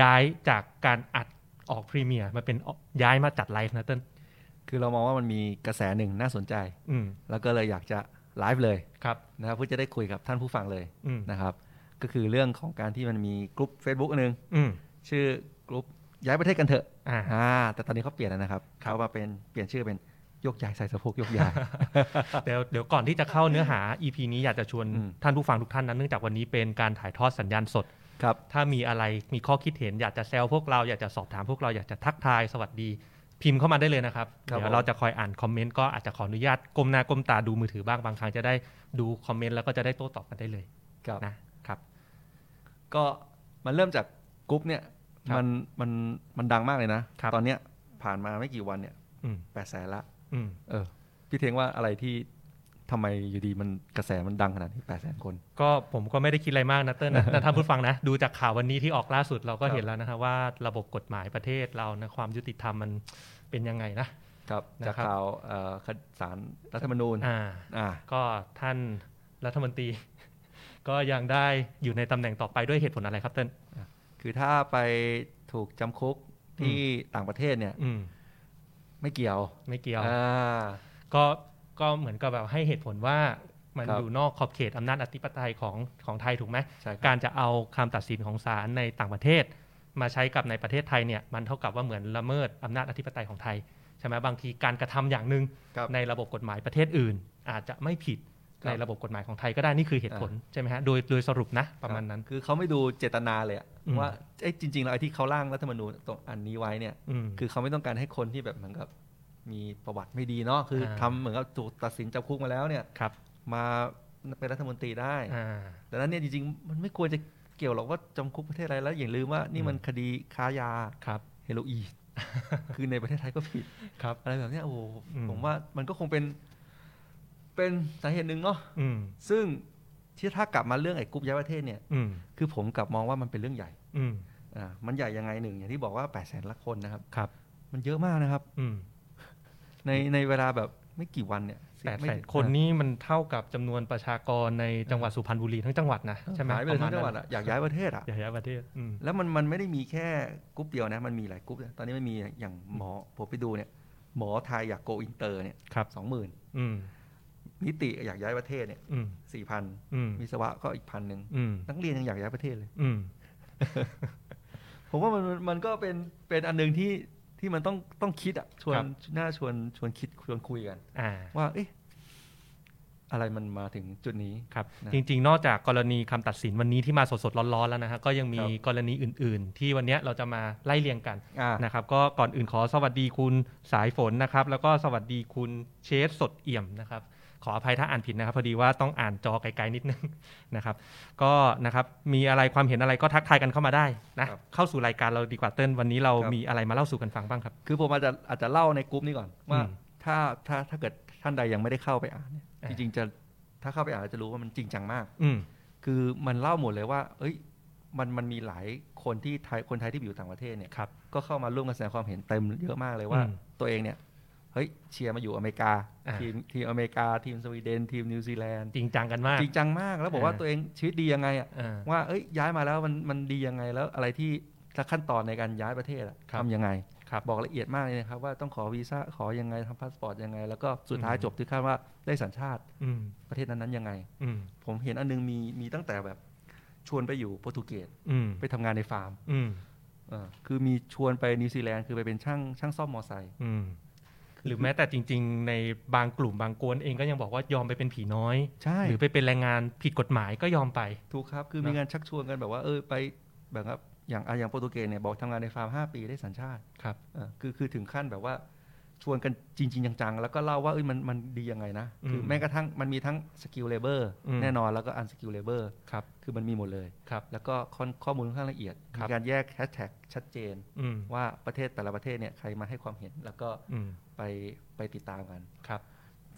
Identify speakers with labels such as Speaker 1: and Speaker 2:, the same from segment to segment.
Speaker 1: ย้ายจากการอัดออกพรีเมียร์มาเป็นออกย้ายมาจัดไลฟ์นะเต้น
Speaker 2: คือเรามองว่ามันมีกระแสหนึ่งน่าสนใจ
Speaker 1: อืม
Speaker 2: แล้วก็เลยอยากจะไลฟ์เลย
Speaker 1: ครับ
Speaker 2: นะครับเพื่อจะได้คุยกับท่านผู้ฟังเลย
Speaker 1: อืม
Speaker 2: นะครับ ก็คือเรื่องของการที่มันมีกลุ่ม Facebook อันหนึง
Speaker 1: อืม
Speaker 2: ชื่อกลุ่มย้ายประเทศกันเถอะ
Speaker 1: อ่า
Speaker 2: อ่าแต่ตอนนี้เขาเปลี่ยนแล้วนะครับเขามาเป็นเปลี่ยนชื่อเป็นยกย้ายใส่สะโพกยกย้าย
Speaker 1: เดี๋ยวเดี๋ยวก่อนที่จะเข้าเนื้อหา EP นี้อยากจะชวน
Speaker 2: อืม
Speaker 1: ท่านผู้ฟังทุกท่านนะเนื่องจากวันนี้เป็นการถ่ายทอดสัญญาณสด
Speaker 2: ครับ
Speaker 1: ถ้ามีอะไรมีข้อคิดเห็นอยากจะแซวพวกเราอยากจะสอบถามพวกเราอยากจะทักทายสวัสดี พิมพ์เข้ามาได้เลยนะครับ
Speaker 2: ครับ
Speaker 1: เดี๋ย
Speaker 2: ผ
Speaker 1: ว
Speaker 2: ม
Speaker 1: เราจะคอยอ่านคอมเมนต์ก็อาจจะขออนุญาตก้มหน้าก้มตาดูมือถือบ้างบางครั้งจะได้ดูคอมเมนต์แล้วก็จะได้โต้ตอบกันได้เลย
Speaker 2: ครับ
Speaker 1: นะครับ
Speaker 2: ก็มันเริ่มจากกรุ๊ปเนี่ย
Speaker 1: ครับ
Speaker 2: มันมันมันดังมากเลยนะ
Speaker 1: ครับ
Speaker 2: ตอนเนี้ยผ่านมาไม่กี่วันเนี่ย
Speaker 1: อืม
Speaker 2: แปดแสนละ
Speaker 1: อืม
Speaker 2: เออ พี่เทงว่าอะไรที่ทำไมอยู่ดีมันกระแสมันดังขนาดนี้แปดแสนคน
Speaker 1: ก็ผมก็ไม่ได้คิดอะไรมากนะเติ้ลนะ นะท่านผู้ฟังนะ ดูจากข่าววันนี้ที่ออกล่าสุดเราก็
Speaker 2: ครับ
Speaker 1: เห็นแล้วนะฮะว่าระบบกฎหมายประเทศเรานะความยุติธรรมมันเป็นยังไงนะ
Speaker 2: ครับ
Speaker 1: นะครับ
Speaker 2: จากข่าวเอ่อคดีสารรัฐธรรมนูญ
Speaker 1: อ่า
Speaker 2: อ่า
Speaker 1: ก็ท่านรัฐมนตรี ก็ยังได้อยู่ในตำแหน่งต่อไปด้วยเหตุผลอะไรครับเติ้ล
Speaker 2: คือถ้าไปถูกจำคุกที่ต่างประเทศเนี่ย
Speaker 1: อืม
Speaker 2: ไม่เกี่ยว
Speaker 1: ไม่เกี่ยว
Speaker 2: อ่า
Speaker 1: ก็ก็เหมือนกับแบบให้เหตุผลว่ามัน
Speaker 2: ครับ
Speaker 1: อยู่นอกขอบเขตอำนาจอธิปไตยของของไทยถูกไหม
Speaker 2: ใช่ค
Speaker 1: การ
Speaker 2: ั
Speaker 1: ร
Speaker 2: บ
Speaker 1: จะเอาคำตัดสินของศาลในต่างประเทศ มาใช้กับในประเทศไทยเนี่ยมันเท่ากับว่าเหมือนละเมิดอำนาจอธิปไตยของไทยใช่ไหมบางทีการกระทำอย่างหนึ่ง
Speaker 2: ครับ
Speaker 1: ในระบบกฎหมายประเทศอื่น อาจจะไม่ผิด
Speaker 2: ครับ
Speaker 1: ในระบบกฎหมายของไทยก็ได้นี่คือเหตุผลใช่ไหมฮะโดยโดยสรุปนะประมาณนั้น
Speaker 2: คือเขาไม่ดูเจตนาเลยอะ
Speaker 1: อืม
Speaker 2: ว่าเอ้ยจริง ๆ แล้วไอ้ที่เขาร่างรัฐธรรมนูญตรงอันนี้ไว้เนี่ย
Speaker 1: อืม
Speaker 2: คือเขาไม่ต้องการให้คนที่แบบเหมือนกับมีประวัติไม่ดีเนาะคืออา ทำเหมือนกับถูกตัดสินจำคุกมาแล้วเนี่ย
Speaker 1: ครับ
Speaker 2: มาเป็นรัฐมนตรีได้
Speaker 1: อ่า
Speaker 2: ดังนั้นเนี่ยจริงๆ มันไม่ควรจะเกี่ยวหรอกว่าจำคุกประเทศอะไรแล้วอย่าลืมว่านี่มัน
Speaker 1: อืม
Speaker 2: คดีค้ายา
Speaker 1: ครับ
Speaker 2: เฮโร อีน คือในประเทศไทยก็ผิด
Speaker 1: ครับ
Speaker 2: อะไรแบบเนี้ยโอ้โห
Speaker 1: อืม
Speaker 2: ผมว่ามันก็คงเป็น เป็นสาเหตุหนึ่งเนาะ
Speaker 1: อืม
Speaker 2: ซึ่งที่ถ้ากลับมาเรื่องไอ้กรุ๊ปย้ายประเทศเนี่ย
Speaker 1: อืม
Speaker 2: คือผมกลับมองว่ามันเป็นเรื่องใหญ่
Speaker 1: อืม
Speaker 2: อ่ามันใหญ่ยังไงหนึ่งอย่างที่บอกว่า8ปดแสนละคนนะครับ
Speaker 1: ครับ
Speaker 2: มันเยอะมากนะครับ
Speaker 1: อืม
Speaker 2: ในในเวลาแบบไม่กี่วันเนี่ย
Speaker 1: แปด
Speaker 2: ไม่
Speaker 1: แส
Speaker 2: ถึ
Speaker 1: น
Speaker 2: ง
Speaker 1: คนนี่มันเท่ากับจำนวนประชากรในจังหวัดสุพรรณบุรีทั้งจังหวัดนะ
Speaker 2: อ่ะ
Speaker 1: ใช่ไหม
Speaker 2: หายไปเลยทั้งจังหวัด
Speaker 1: ป
Speaker 2: อ่ะอยากย้ายประเทศอ่ะ
Speaker 1: ระมาณนั้นหลายๆประเทศอืม
Speaker 2: แล้วมันมันไม่ได้มีแค่กรุ๊ปเดียวนะมันมีหลายกรุ๊ปนะตอนนี้มันมีอย่างหมอผมไปดูเนี่ยหมอไทยอยากโกอินเตอร์เนี่ย
Speaker 1: ครับ
Speaker 2: สองหมื่น
Speaker 1: อืม
Speaker 2: นิติอยากย้ายประเทศเนี่ย
Speaker 1: อืม
Speaker 2: สี่พัน
Speaker 1: อืม
Speaker 2: วิศวะก็อีกพันหนึ่ง
Speaker 1: อืม
Speaker 2: นักเรียนยังอยากย้ายประเทศเลย
Speaker 1: อืม
Speaker 2: ผมว่ามันมันมันก็เป็นเป็นอันหนึ่งที่ที่มันต้องต้องคิดอ่ะชวน
Speaker 1: ครับ
Speaker 2: น่าชวนชวนคิดชวนคุยกัน
Speaker 1: อ่า
Speaker 2: ว่าเอ๊ะอะไรมันมาถึงจุดนี้
Speaker 1: ครับ
Speaker 2: นะ
Speaker 1: จริง ๆ นอกจากกรณีคำตัดสินวันนี้ที่มาสดๆ ร้อนๆ แล้วนะฮะ ก็ยังมี
Speaker 2: ครับ
Speaker 1: กรณีอื่น ๆ ที่วันเนี้ยเราจะมาไล่เรียงกัน
Speaker 2: อ่า
Speaker 1: นะครับ ก็ก่อนอื่นขอสวัสดีคุณสายฝนนะครับ แล้วก็สวัสดีคุณเชฟสดเอี่ยมนะครับ ขออภัยถ้าอ่านผิดนะครับ พอดีว่าต้องอ่านจอไกลๆนิดนึง นะครับ ก็นะครับ มีอะไรความเห็นอะไรก็ทักทายกันเข้ามาได้นะ
Speaker 2: ครับ
Speaker 1: เข้าสู่รายการเราดีกว่าเติ้ลวันนี้เรา
Speaker 2: ครับ
Speaker 1: มีอะไรมาเล่าสู่กันฟังบ้างครับ
Speaker 2: คือผมอาจจะอาจจะเล่าในกลุ่มนี้ก่อนว่า
Speaker 1: อืม
Speaker 2: ถ้าถ้าถ้าเกิดท่านใดยังไม่ได้เข้าไปอ่านเนี่ย
Speaker 1: อ่า
Speaker 2: จริงๆจะถ้าเข้าไปอ่านจะรู้ว่ามันจริงจังมาก
Speaker 1: อืม
Speaker 2: คือมันเล่าหมดเลยว่า เอ้ย มันมันมีหลายคนที่ไทยคนไทยที่ไปอยู่ต่างประเทศเนี่ย
Speaker 1: ครับ
Speaker 2: ก็เข้ามาร่วมกันแสดงความเห็นเต็มเยอะมากเลยว่า
Speaker 1: อืม
Speaker 2: ตัวเองเนี่ยเฮ้ยเชียร์มาอยู่อเมริกา
Speaker 1: อ่า
Speaker 2: ทีมทีมอเมริกา ทีมสวีเดน ทีมนิวซีแลนด์
Speaker 1: จริงจังกันมาก
Speaker 2: จริงจังมากแล้วบอกว่า
Speaker 1: อ่า
Speaker 2: ตัวเองชีวิตดียังไงอ่ะ
Speaker 1: อ่า
Speaker 2: ว่าเอ้ยย้ายมาแล้วมันมันดียังไงแล้วอะไรที่และขั้นตอนในการย้ายประเทศอะ
Speaker 1: ครับ
Speaker 2: ทำยังไง
Speaker 1: ครับ
Speaker 2: บอกละเอียดมากเลยนะครับ ว่าต้องขอวีซ่าขอยังไงทำพาสปอร์ตยังไง แล้วก็สุดท้ายจบที่ขั้นว่าได้สัญชาติ
Speaker 1: อืม
Speaker 2: ประเทศนั้นๆยังไง
Speaker 1: อืม
Speaker 2: ผมเห็นอันนึงมีมีตั้งแต่แบบชวนไปอยู่โปรตุเกส
Speaker 1: อืม
Speaker 2: ไปทำงานในฟาร์ม
Speaker 1: อืม
Speaker 2: เออคือมีชวนไปนิวซีแลนด์คือไปเป็นช่างช่างซ่อมมอไซค์
Speaker 1: อืมหรือแม้แต่จริง ๆ ในบางกลุ่มบางกวนเองก็ยังบอกว่ายอมไปเป็นผีน้อย
Speaker 2: ใช่
Speaker 1: หรือไปเป็นแรงงานผิดกฎหมายก็ยอมไป
Speaker 2: ถูกครับคือ
Speaker 1: นะ
Speaker 2: มีงานชักชวนกันแบบว่าเออไปแบบครับอย่างอ่ะอย่างโปรตุเกสเนี่ยบอกทำงานในฟาร์มห้าปีได้สัญชาติ
Speaker 1: ครับ
Speaker 2: เอ่อคือคือถึงขั้นแบบว่าชวนกันจริง ๆ จังๆ แล้วก็เล่าว่าเอ้ยมันมันดียังไงนะ คือ
Speaker 1: ม
Speaker 2: แม้กระทั่งมันมีทั้งสกิลเลเ o อร์
Speaker 1: อืม
Speaker 2: แน่นอนแล้วก็อันสกิลเลเ o อร์
Speaker 1: ครับ
Speaker 2: คือมันมีหมดเลย
Speaker 1: ครับ
Speaker 2: แล้วก็ข้อข้อมูลค่อนข้างละเอียด
Speaker 1: ครั
Speaker 2: มี
Speaker 1: บ
Speaker 2: การแยกแฮชแท็กชัดเจน
Speaker 1: อืม
Speaker 2: ว่าประเทศแต่ละประเทศเนี่ยใครมาให้ความเห็นแล้วก็
Speaker 1: อืม
Speaker 2: ไปไปติดตามกัน
Speaker 1: ครับ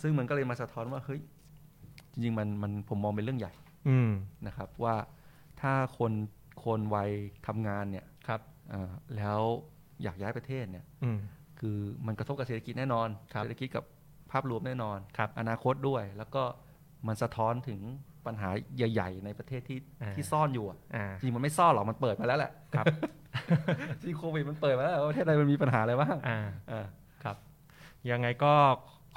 Speaker 2: ซึ่งมันก็เลยมาสะท้อนว่าเฮ้ยจริงๆมันมันผมมองเป็นเรื่องใหญ่
Speaker 1: อืม
Speaker 2: นะครับว่าถ้าคนคนวัยทำงานเนี่ย
Speaker 1: ครับ
Speaker 2: เอ่อแล้วอยากย้ายประเทศเนี่ย
Speaker 1: อืม
Speaker 2: คือมันกระทบกับเศรษฐกิจแน่นอน เศรษฐกิจกับภาพรวมแน่นอน
Speaker 1: ครับ
Speaker 2: อนาคตด้วย แล้วก็มันสะท้อนถึงปัญหาใหญ่ ๆ ในประเทศที่
Speaker 1: อ่า
Speaker 2: ที่ซ่อนอยู่อะ
Speaker 1: อ่า
Speaker 2: จริงมันไม่ซ่อนหรอก มันเปิดมาแล้วแหละ
Speaker 1: ครับ
Speaker 2: จริงโควิดมันเปิดมาแล้วประเทศไทยมันมีปัญหาอะไรบ้าง
Speaker 1: อ่า
Speaker 2: อ่า
Speaker 1: ครับยังไงก็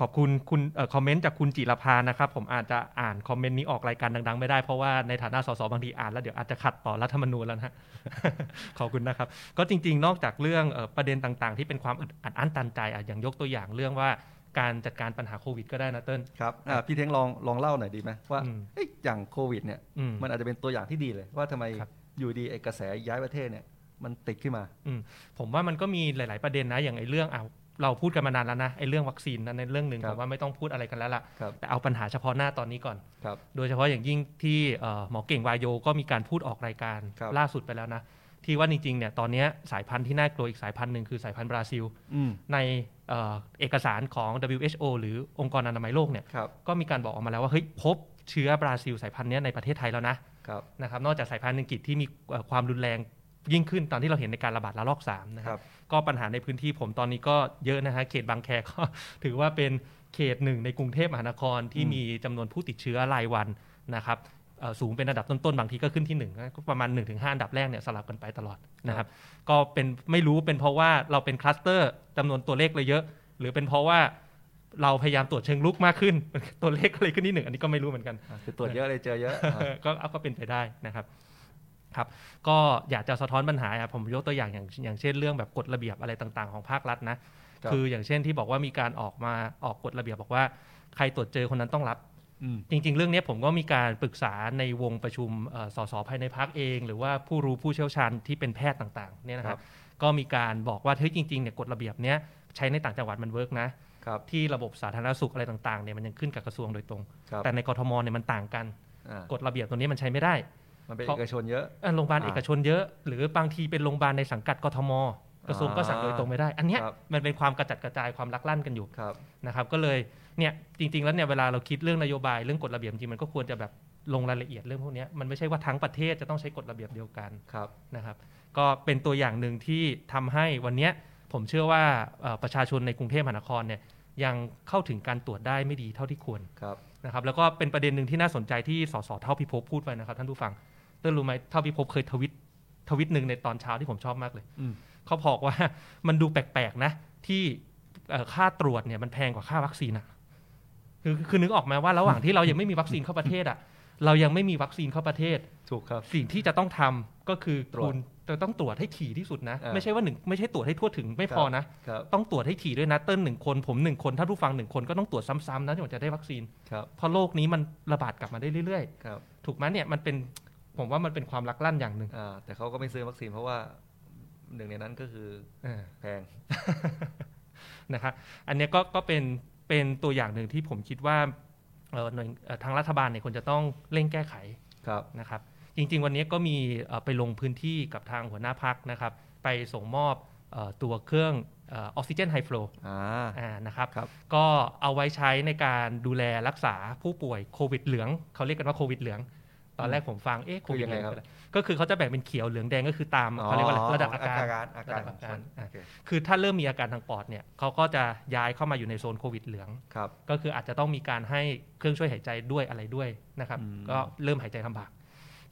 Speaker 1: ขอบคุณคุณเอ่อคอมเมนต์จากคุณจิรพานะครับ ผมอาจจะอ่านคอมเมนต์นี้ออกรายการดังๆ ไม่ได้เพราะว่าในฐานะสสบางทีอ่านแล้วเดี๋ยวอาจจะขัดต่อรัฐธรรมนูญแล้วนะ ขอบคุณนะครับ ก็จริงๆ นอกจากเรื่องเอ่อประเด็นต่างๆ ที่เป็นความอึดอัดอั้นตันใจอ่ะอย่างยกตัวอย่างเรื่องว่าการจัดการปัญหาโควิดก็ได้นะเติ้ล
Speaker 2: ครับอ่ะพี่เท้งลองลองเล่าหน่อยดีไหมว่า
Speaker 1: อืม
Speaker 2: เอ๊ะอย่างโควิดเนี่ย
Speaker 1: อืม
Speaker 2: มันอาจจะเป็นตัวอย่างที่ดีเลยว่าทำไม
Speaker 1: ครับ
Speaker 2: อยู่ดีไอ้กระแสย้ายประเทศเนี่ยมันติดขึ้นมา
Speaker 1: ผมว่ามันก็มีหลาย ๆประเด็นนะอย่างไอ้เรื่องอ่ะเราพูดกันมานานแล้วนะไอ้เรื่องวัคซีนนั้นในเรื่องหนึ่ง
Speaker 2: ครั
Speaker 1: ผ
Speaker 2: บ
Speaker 1: มว่าไม่ต้องพูดอะไรกันแล้วล่ะ
Speaker 2: ครับ
Speaker 1: แต่เอาปัญหาเฉพาะหน้าตอนนี้ก่อน
Speaker 2: ครับ
Speaker 1: โดยเฉพาะอย่างยิ่งที่เอ่อหมอเก่งวายโยก็มีการพูดออกรายการ
Speaker 2: ครับ
Speaker 1: ล่าสุดไปแล้วนะ ที่ว่าจริงๆเนี่ยตอนเนี้ยสายพันธุ์ที่น่ากลัวอีกสายพันธุ์หนึ่งคือสายพันธุ์บราซิล
Speaker 2: อืม
Speaker 1: ในเอ่อเอกสารของ WHO หรือองค์กรอนามัยโลกเนี่ย
Speaker 2: ครับ
Speaker 1: ก็มีการบอกออกมาแล้วว่าเฮ้ยพบเชื้อบราซิลสายพันธุ์เนี้ยในประเทศไทยแล้วนะครับ นะครับนอกจากสายพันธุ์อังกฤษที่มีเอ่อความรุนแรงยิ่งขึ้นตอนที่เราเห็นในการระบาดระลอกสามนะ
Speaker 2: ค
Speaker 1: ค
Speaker 2: รั
Speaker 1: รับบ ก็ปัญหาในพื้นที่ผมตอนนี้ก็เยอะนะฮะเขตบางแคก็ ถือว่าเป็นเขตหนึ่งในกรุงเทพมหานครที่มีจำนวนผู้ติดเชื้อรายวันนะครับเอ่อสูงเป็นระดับต้นๆ บางทีก็ขึ้นที่1ก็ประมาณ 1-5 อันดับแรกเนี่ยสลับกันไปตลอดนะครับก็เป็นไม่รู้เป็นเพราะว่าเราเป็นคลัสเตอร์จำนวนตัวเลขเลยเยอะ หรือเป็นเพราะว่าเราพยายามตรวจเชิงลุกมากขึ้น ตัวเลขก็เลยขึ้นที่หนึ่งอันนี้ก็ไม่รู้เหมือนกัน
Speaker 2: อ่ะคือตรวจเยอะเลยเจอเยอะอ่ะ
Speaker 1: เออก็ก็เป็นไปได้นะครับครับ ก็อยากจะสะท้อนปัญหาอะผมยกตัวอย่างอย่างอย่างเช่นเรื่องแบบกฎระเบียบอะไรต่างๆของภาครัฐนะครับ คืออย่างเช่นที่บอกว่ามีการออกมาออกกฎระเบียบบอกว่าใครตรวจเจอคนนั้นต้องรับ
Speaker 2: อืม
Speaker 1: จริง ๆ เรื่องเนี้ยผมก็มีการปรึกษาในวงประชุมเอ่อสสภายในพักเอง หรือว่าผู้รู้ผู้เชี่ยวชาญที่เป็นแพทย์ต่างๆเนี่ยนะครับก็มีการบอกว่าเฮ้ยจริงๆเนี่ยกฎระเบียบเนี้ยใช้ในต่างจังหวัดมันเวิร์กนะครับ ที่ระบบสาธารณสุขอะไรต่างๆเนี่ยมันยังขึ้นกับกระทรวงโดยตรง
Speaker 2: ครับ
Speaker 1: แต่ในกทมเนี่ยมันต่างกัน
Speaker 2: อ่ะ
Speaker 1: กฎระเบียบตัวนี้มันใช้ไม่ได้
Speaker 2: มันเป็น
Speaker 1: เพราะ
Speaker 2: เอกชนเยอะ
Speaker 1: เอ่อโรงพยาบาล
Speaker 2: อ่า
Speaker 1: เอกชนเยอะ หรือบางทีเป็นโรงพยาบาลในสังกัดกทม กระทรวงก็สั่งโดยตรงไม่ได้ อันเนี้ย
Speaker 2: ครับ
Speaker 1: มันเป็นความกระจัดกระจายความลักลั่นกันอยู่
Speaker 2: ครับ
Speaker 1: นะครับก็เลยเนี่ยจริง ๆ แล้วเนี่ยเวลาเราคิดเรื่องนโยบายเรื่องกฎระเบียบจริงๆมันก็ควรจะแบบลงรายละเอียดเรื่องพวกเนี้ยมันไม่ใช่ว่าทั้งประเทศจะต้องใช้กฎระเบียบเดียวกัน
Speaker 2: ครับ
Speaker 1: นะครับก็เป็นตัวอย่างหนึ่งที่ทำให้วันเนี้ยผมเชื่อว่าเอ่อประชาชนในกรุงเทพมหานครเนี่ยยังเข้าถึงการตรวจได้ไม่ดีเท่าที่ควร
Speaker 2: ครับ
Speaker 1: นะครับแล้วก็เป็นประเด็นหนึ่งที่น่าสนใจที่สสเท่าพิภพพูดไปนะครับท่านผู้ฟังเต้นรู้ไหมเท่าพิภพเคยทวิตทวิตหนึ่งในตอนเช้าที่ผมชอบมากเลย
Speaker 2: อืม
Speaker 1: เขาบอกว่า มันดูแปลกๆนะ ที่เอ่อค่าตรวจเนี่ยมันแพงกว่าค่าวัคซีนอะคือคือนึกออกไหมว่าระหว่างที่เรายังไม่มีวัคซีนเข้าประเทศอะเรายังไม่มีวัคซีนเข้าประเทศ
Speaker 2: ถูกครับ
Speaker 1: สิ่งที่จะต้องทำก็คือ
Speaker 2: ตรวจ
Speaker 1: คุณจะต้องตรวจให้ถี่ที่สุดนะ
Speaker 2: อ่า
Speaker 1: ไม่ใช่ว่าหนึ่งไม่ใช่ตรวจให้ทั่วถึงไม่พอนะ
Speaker 2: ครับ
Speaker 1: ต้องตรวจให้ถี่ด้วยนะเติ้ลหนึ่งคนผมหนึ่งคนท่านผู้ฟังหนึ่งคนก็ต้องตรวจซ้ำๆนะจนกว่าจะได้วัคซีน
Speaker 2: ครับ
Speaker 1: เพราะโลกนี้มันระบาดกลับมาได้เรื่อย
Speaker 2: ครับ
Speaker 1: ๆ ถูกไหมเนี่ยมันเป็นผมว่ามันเป็นความลักลั่นอย่างหนึ่ง
Speaker 2: อ่าแต่เขาก็ไม่ซื้อวัคซีนเพราะว่าหนึ่งในนั้นก็คือ
Speaker 1: เออ
Speaker 2: แพง
Speaker 1: นะครับอันเนี้ยก็ก็เป็นเป็นตัวอย่างหนึ่งที่ผมคิดว่าเอ่อหน่วยเอ่อทางรัฐบาลเนี่ยควรจะต้องเร่งแก้ไข
Speaker 2: ครับ
Speaker 1: นะครับ จริง ๆ วันนี้ก็มีเอ่อไปลงพื้นที่กับทางหัวหน้าพักนะครับ ไปส่งมอบเอ่อตัวเครื่องเออกซิเจนไฮฟลู
Speaker 2: อ่า
Speaker 1: นะครับ
Speaker 2: ครับ
Speaker 1: ก็เอาไว้ใช้ในการดูแลรักษาผู้ป่วยโควิดเหลืองเขาเรียกกันว่าโควิดเหลือง ตอนแรกผมฟังเอ๊ะโค
Speaker 2: คือ
Speaker 1: วิด
Speaker 2: ยัง
Speaker 1: เห
Speaker 2: ไง
Speaker 1: ลือง
Speaker 2: ค
Speaker 1: คื
Speaker 2: รับ
Speaker 1: ออะไร ก็คือเขาจะแบ่งเป็นเขียวเหลืองแดงก็คือตามเขาเรียกว่าอะไรระดับอาการ
Speaker 2: อาการ
Speaker 1: ระดับอาการอ่ะ
Speaker 2: โอเค
Speaker 1: คือถ้าเริ่มมีอาการทางปอดเนี่ยเขาก็จะย้ายเข้ามาอยู่ในโซนโควิดเหลือง
Speaker 2: ครับ
Speaker 1: ก็คืออาจจะต้องมีการให้เครื่องช่วยหายใจด้วยอะไรด้วยนะครับ
Speaker 2: อืม
Speaker 1: ก็เริ่มหายใจลำบาก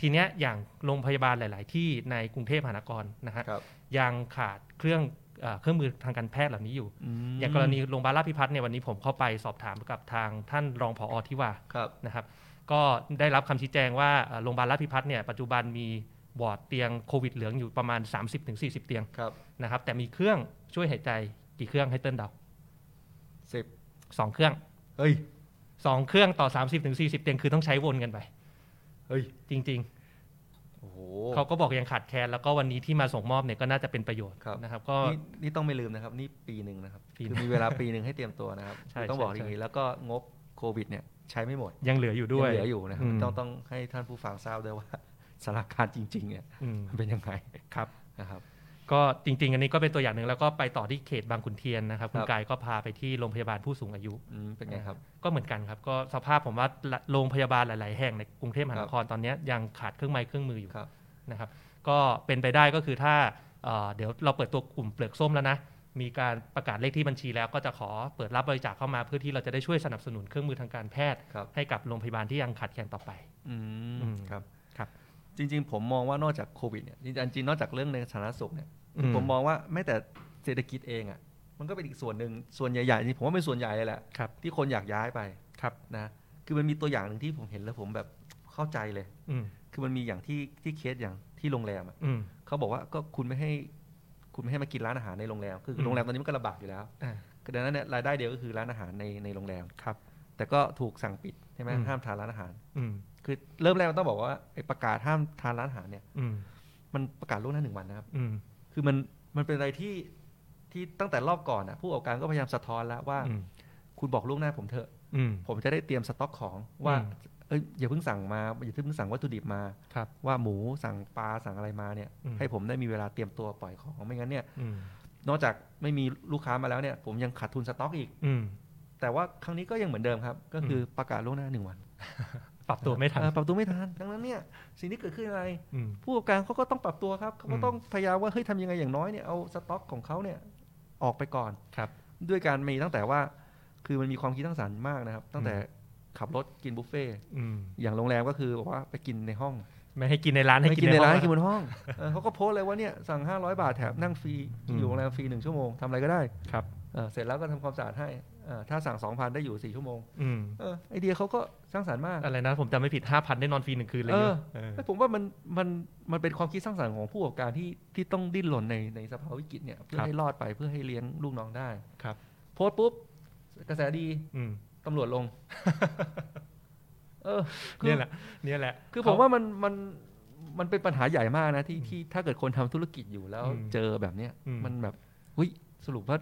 Speaker 1: ทีเนี้ยอย่างโรงพยาบาลหลาย ๆ ที่ในกรุงเทพมหานครนะฮะ
Speaker 2: ครับ
Speaker 1: ยังขาดเครื่องเอ่อเครื่องมือทางการแพทย์เหล่านี้อยู่
Speaker 2: ม
Speaker 1: อย่างกรณีโรงพยาบาลราชพิพัฒน์เนี่ยวันนี้ผมเข้าไปสอบถามกับทางท่านรองผอที่ว่า
Speaker 2: ครับ
Speaker 1: นะครับก็ได้รับคำชี้แจงว่าเอ่อโรงพยาบาลราชพิพัฒน์เนี่ยปัจจุบันมีบอร์ดเตียงโควิดเหลืองอยู่ประมาณ 30-40 เตียง
Speaker 2: ครับ
Speaker 1: นะครับแต่มีเครื่องช่วยหายใจกี่เครื่องให้เติ้ลเดา
Speaker 2: สิบ
Speaker 1: สองเครื่อง
Speaker 2: เฮ้ย
Speaker 1: สองเครื่องต่อ 30-40 เตียงคือต้องใช้วนกันไป
Speaker 2: เฮ้ย
Speaker 1: จริง
Speaker 2: โอ้โห
Speaker 1: ๆ เขาก็บอกยังขาดแคลนแล้วก็วันนี้ที่มาส่งมอบเนี่ยก็น่าจะเป็นประโยชน์
Speaker 2: ครับ
Speaker 1: นะครับก็
Speaker 2: นี่นี่ต้องไม่ลืมนะครับ นี่ปีหนึ่งนะครับ
Speaker 1: ปีหนึ่ง
Speaker 2: คือมีเวลา ปีหนึ่งให้เตรียมตัวนะครับ
Speaker 1: ใช่
Speaker 2: คือต้องบอก
Speaker 1: ใช่
Speaker 2: อย่างนี้แล้วก็งบโควิดเนี่ยใช้ไม่หมด
Speaker 1: ยังเหลืออยู่ด้วย
Speaker 2: งเหลืออยู่นะครับ
Speaker 1: อืม
Speaker 2: ต้องต้องให้ท่านผู้ฟังทราบด้วยว่า สถานการณ์จริง ๆ เนี่ย
Speaker 1: อืม
Speaker 2: มันเป็นยังไง
Speaker 1: ครับ
Speaker 2: นะครับ
Speaker 1: ก็จริง ๆ อันนี้ก็เป็นตัวอย่างหนึ่งแล้วก็ไปต่อที่เขตบางขุนเทียนนะครับคุณ
Speaker 2: ครับ
Speaker 1: กายก็พาไปที่โรงพยาบาลผู้สูงอายุ
Speaker 2: อืมเป็นไงครับ
Speaker 1: ก็เหมือนกันครับ ก็สภาพผมว่าละโรงพยาบาลหลาย ๆ แห่งในกรุงเทพมหานครตอนเนี้ยยังขาดเครื่องไม้เครื่องมืออยู่
Speaker 2: ครับ
Speaker 1: นะครับ ก็เป็นไปได้ก็คือถ้าเอ่อเดี๋ยวเราเปิดตัวกลุ่มเปลือกส้มแล้วนะ มีการประกาศเลขที่บัญชีแล้วก็จะขอเปิดรับบริจาคเข้ามาเพื่อที่เราจะได้ช่วยสนับสนุนเครื่องมือทางการแพทย์
Speaker 2: ครับ
Speaker 1: ให้กับโรงพยาบาลที่ยังขาดแคลนต่อไป
Speaker 2: อืม
Speaker 1: อืม
Speaker 2: ครับ
Speaker 1: ครับ
Speaker 2: จริง ๆ ผมมองว่านอกจากโควิดเนี่ยจริงๆนอกจากเรื่องในสาธารณสุขเนี่ย
Speaker 1: อื
Speaker 2: ผมมองว่าแม้แต่เศรษฐกิจเองอ่ะมันก็เป็นอีกส่วนหนึ่งส่วนใหญ่ๆนี่ผมว่าเป็นส่วนใหญ่เลยแหละ
Speaker 1: ครับ
Speaker 2: ที่คนอยากย้ายไป
Speaker 1: ครับ
Speaker 2: นะคือมันมีตัวอย่างหนึ่งที่ผมเห็นแล้วผมแบบเข้าใจเลย
Speaker 1: อืม
Speaker 2: คือมันมีอย่างที่ที่เคสอย่างที่โรงแรมอะ
Speaker 1: อืม
Speaker 2: เขาบอกว่าก็คุณไม่ให้คุณไม่ให้มากินร้านอาหารในโรงแรมคืออ
Speaker 1: ม
Speaker 2: โรงแรมตอนนี้มันก็ระบาดอยู่แล้ว
Speaker 1: อ่า
Speaker 2: ดังนั้นเนี่ยรายได้เดียวก็คือร้านอาหารในในโรงแรม
Speaker 1: ครับ
Speaker 2: แต่ก็ถูกสั่งปิดใช่ไหม
Speaker 1: อืม
Speaker 2: ห้ามทานร้านอาหาร
Speaker 1: อืม
Speaker 2: คือเริ่มแรกมันต้องบอกว่าไอ้ประกาศห้ามทานร้านอาหารเนี่ย
Speaker 1: อืม
Speaker 2: มันประกาศล่วงหน้าหนึ่งวันนะครับ
Speaker 1: อืม
Speaker 2: คือมันมันเป็นอะไรที่ที่ตั้งแต่รอบก่อนอ่ะผู้ประกอบการก็พยายามสะท้อนแล้วว่า
Speaker 1: อืม
Speaker 2: คุณบอกล่วงหน้าผมเถอะ
Speaker 1: อืม
Speaker 2: ผมจะได้เตรียมสต็อกของว่า
Speaker 1: อืม
Speaker 2: เอ้ยอย่าเพิ่งสั่งมาอย่าเพิ่งสั่งวัตถุดิบมา
Speaker 1: ครับ
Speaker 2: ว่าหมูสั่งปลาสั่งอะไรมาเนี่ย
Speaker 1: อืม
Speaker 2: ให้ผมได้มีเวลาเตรียมตัวปล่อยของไม่งั้นเนี่ย
Speaker 1: อืม
Speaker 2: นอกจากไม่มีลูกค้ามาแล้วเนี่ยผมยังขาดทุนสต็อกอีก
Speaker 1: อืม
Speaker 2: แต่ว่าครั้งนี้ก็ยังเหมือนเดิมครับ ก็คืออประกาศล่วงหน้าหนึ่งวัน
Speaker 1: ปรับตัวไม่ทัน
Speaker 2: เออปรับตัวไม่ทันดังนั้นเนี่ยสิ่งที่เกิดขึ้นอะไร
Speaker 1: อืม
Speaker 2: ผู้ประกอบการเขาก็ต้องปรับตัวครับเขาก็
Speaker 1: อืม
Speaker 2: ต้องพยายามว่าเฮ้ยทำยังไงอย่างน้อยเนี่ยเอาสต็อกของเขาเนี่ยออกไปก่อน
Speaker 1: ครับ
Speaker 2: ด้วยการมีตั้งแต่ว่า คือมันมีความคิดสร้างสรรค์มากนะครับ ตั้งแต่
Speaker 1: อื
Speaker 2: ขับรถกินบุฟเฟ่ต์
Speaker 1: อืม
Speaker 2: อย่างโรงแรมก็คือบอกว่าไปกินในห้อง
Speaker 1: ไม่ให้กินในร้านให้
Speaker 2: ไม่
Speaker 1: กิ
Speaker 2: กิ
Speaker 1: น
Speaker 2: น
Speaker 1: ใน
Speaker 2: ในร้าน
Speaker 1: ห้อง
Speaker 2: กินบนห้องเออเขาก็โพสต์เลยว่าเนี่ยสั่ง 500 บาทแถมนั่งฟรี
Speaker 1: อืม
Speaker 2: อยู่โรงแรมฟรีหนึ่งชั่วโมงทำอะไรก็ได้
Speaker 1: ครับ
Speaker 2: เออเสร็จแล้วก็ทำความสะอาดให้เออถ้าสั่ง 2,000 ได้อยู่ 4 ชั่วโมง
Speaker 1: อืม
Speaker 2: เออไอเดียเขาก็สร้างสรรค์มาก
Speaker 1: อะไรนะผมจำไม่ผิดห้าพันได้นอนฟรีหนึ่งคืนเลยเยอะเออ
Speaker 2: ผมว่ามันมันมันเป็นความคิดสร้างสรรค์ของผู้ประกอบการที่ที่ต้องดิ้นรนในในสภาวะวิกฤตเนี่ยเพื่อ
Speaker 1: ครับ
Speaker 2: ให้รอดไปเพื่อให้เลี้ยงลูกน้องได้
Speaker 1: ครับ
Speaker 2: โพสต์ปุ๊บ กระแสดี
Speaker 1: อืม
Speaker 2: ตำรวจลง เออคือ
Speaker 1: เนี่ยแหละเนี่ยแหละ
Speaker 2: คือผมว่ามันมันมันเป็นปัญหาใหญ่มากนะที่ที่ถ้าเกิดคนทำธุรกิจอยู่แล้ว
Speaker 1: อืม
Speaker 2: เจอแบบเนี้ย
Speaker 1: อืม
Speaker 2: มันแบบเฮ้ยสรุปว่า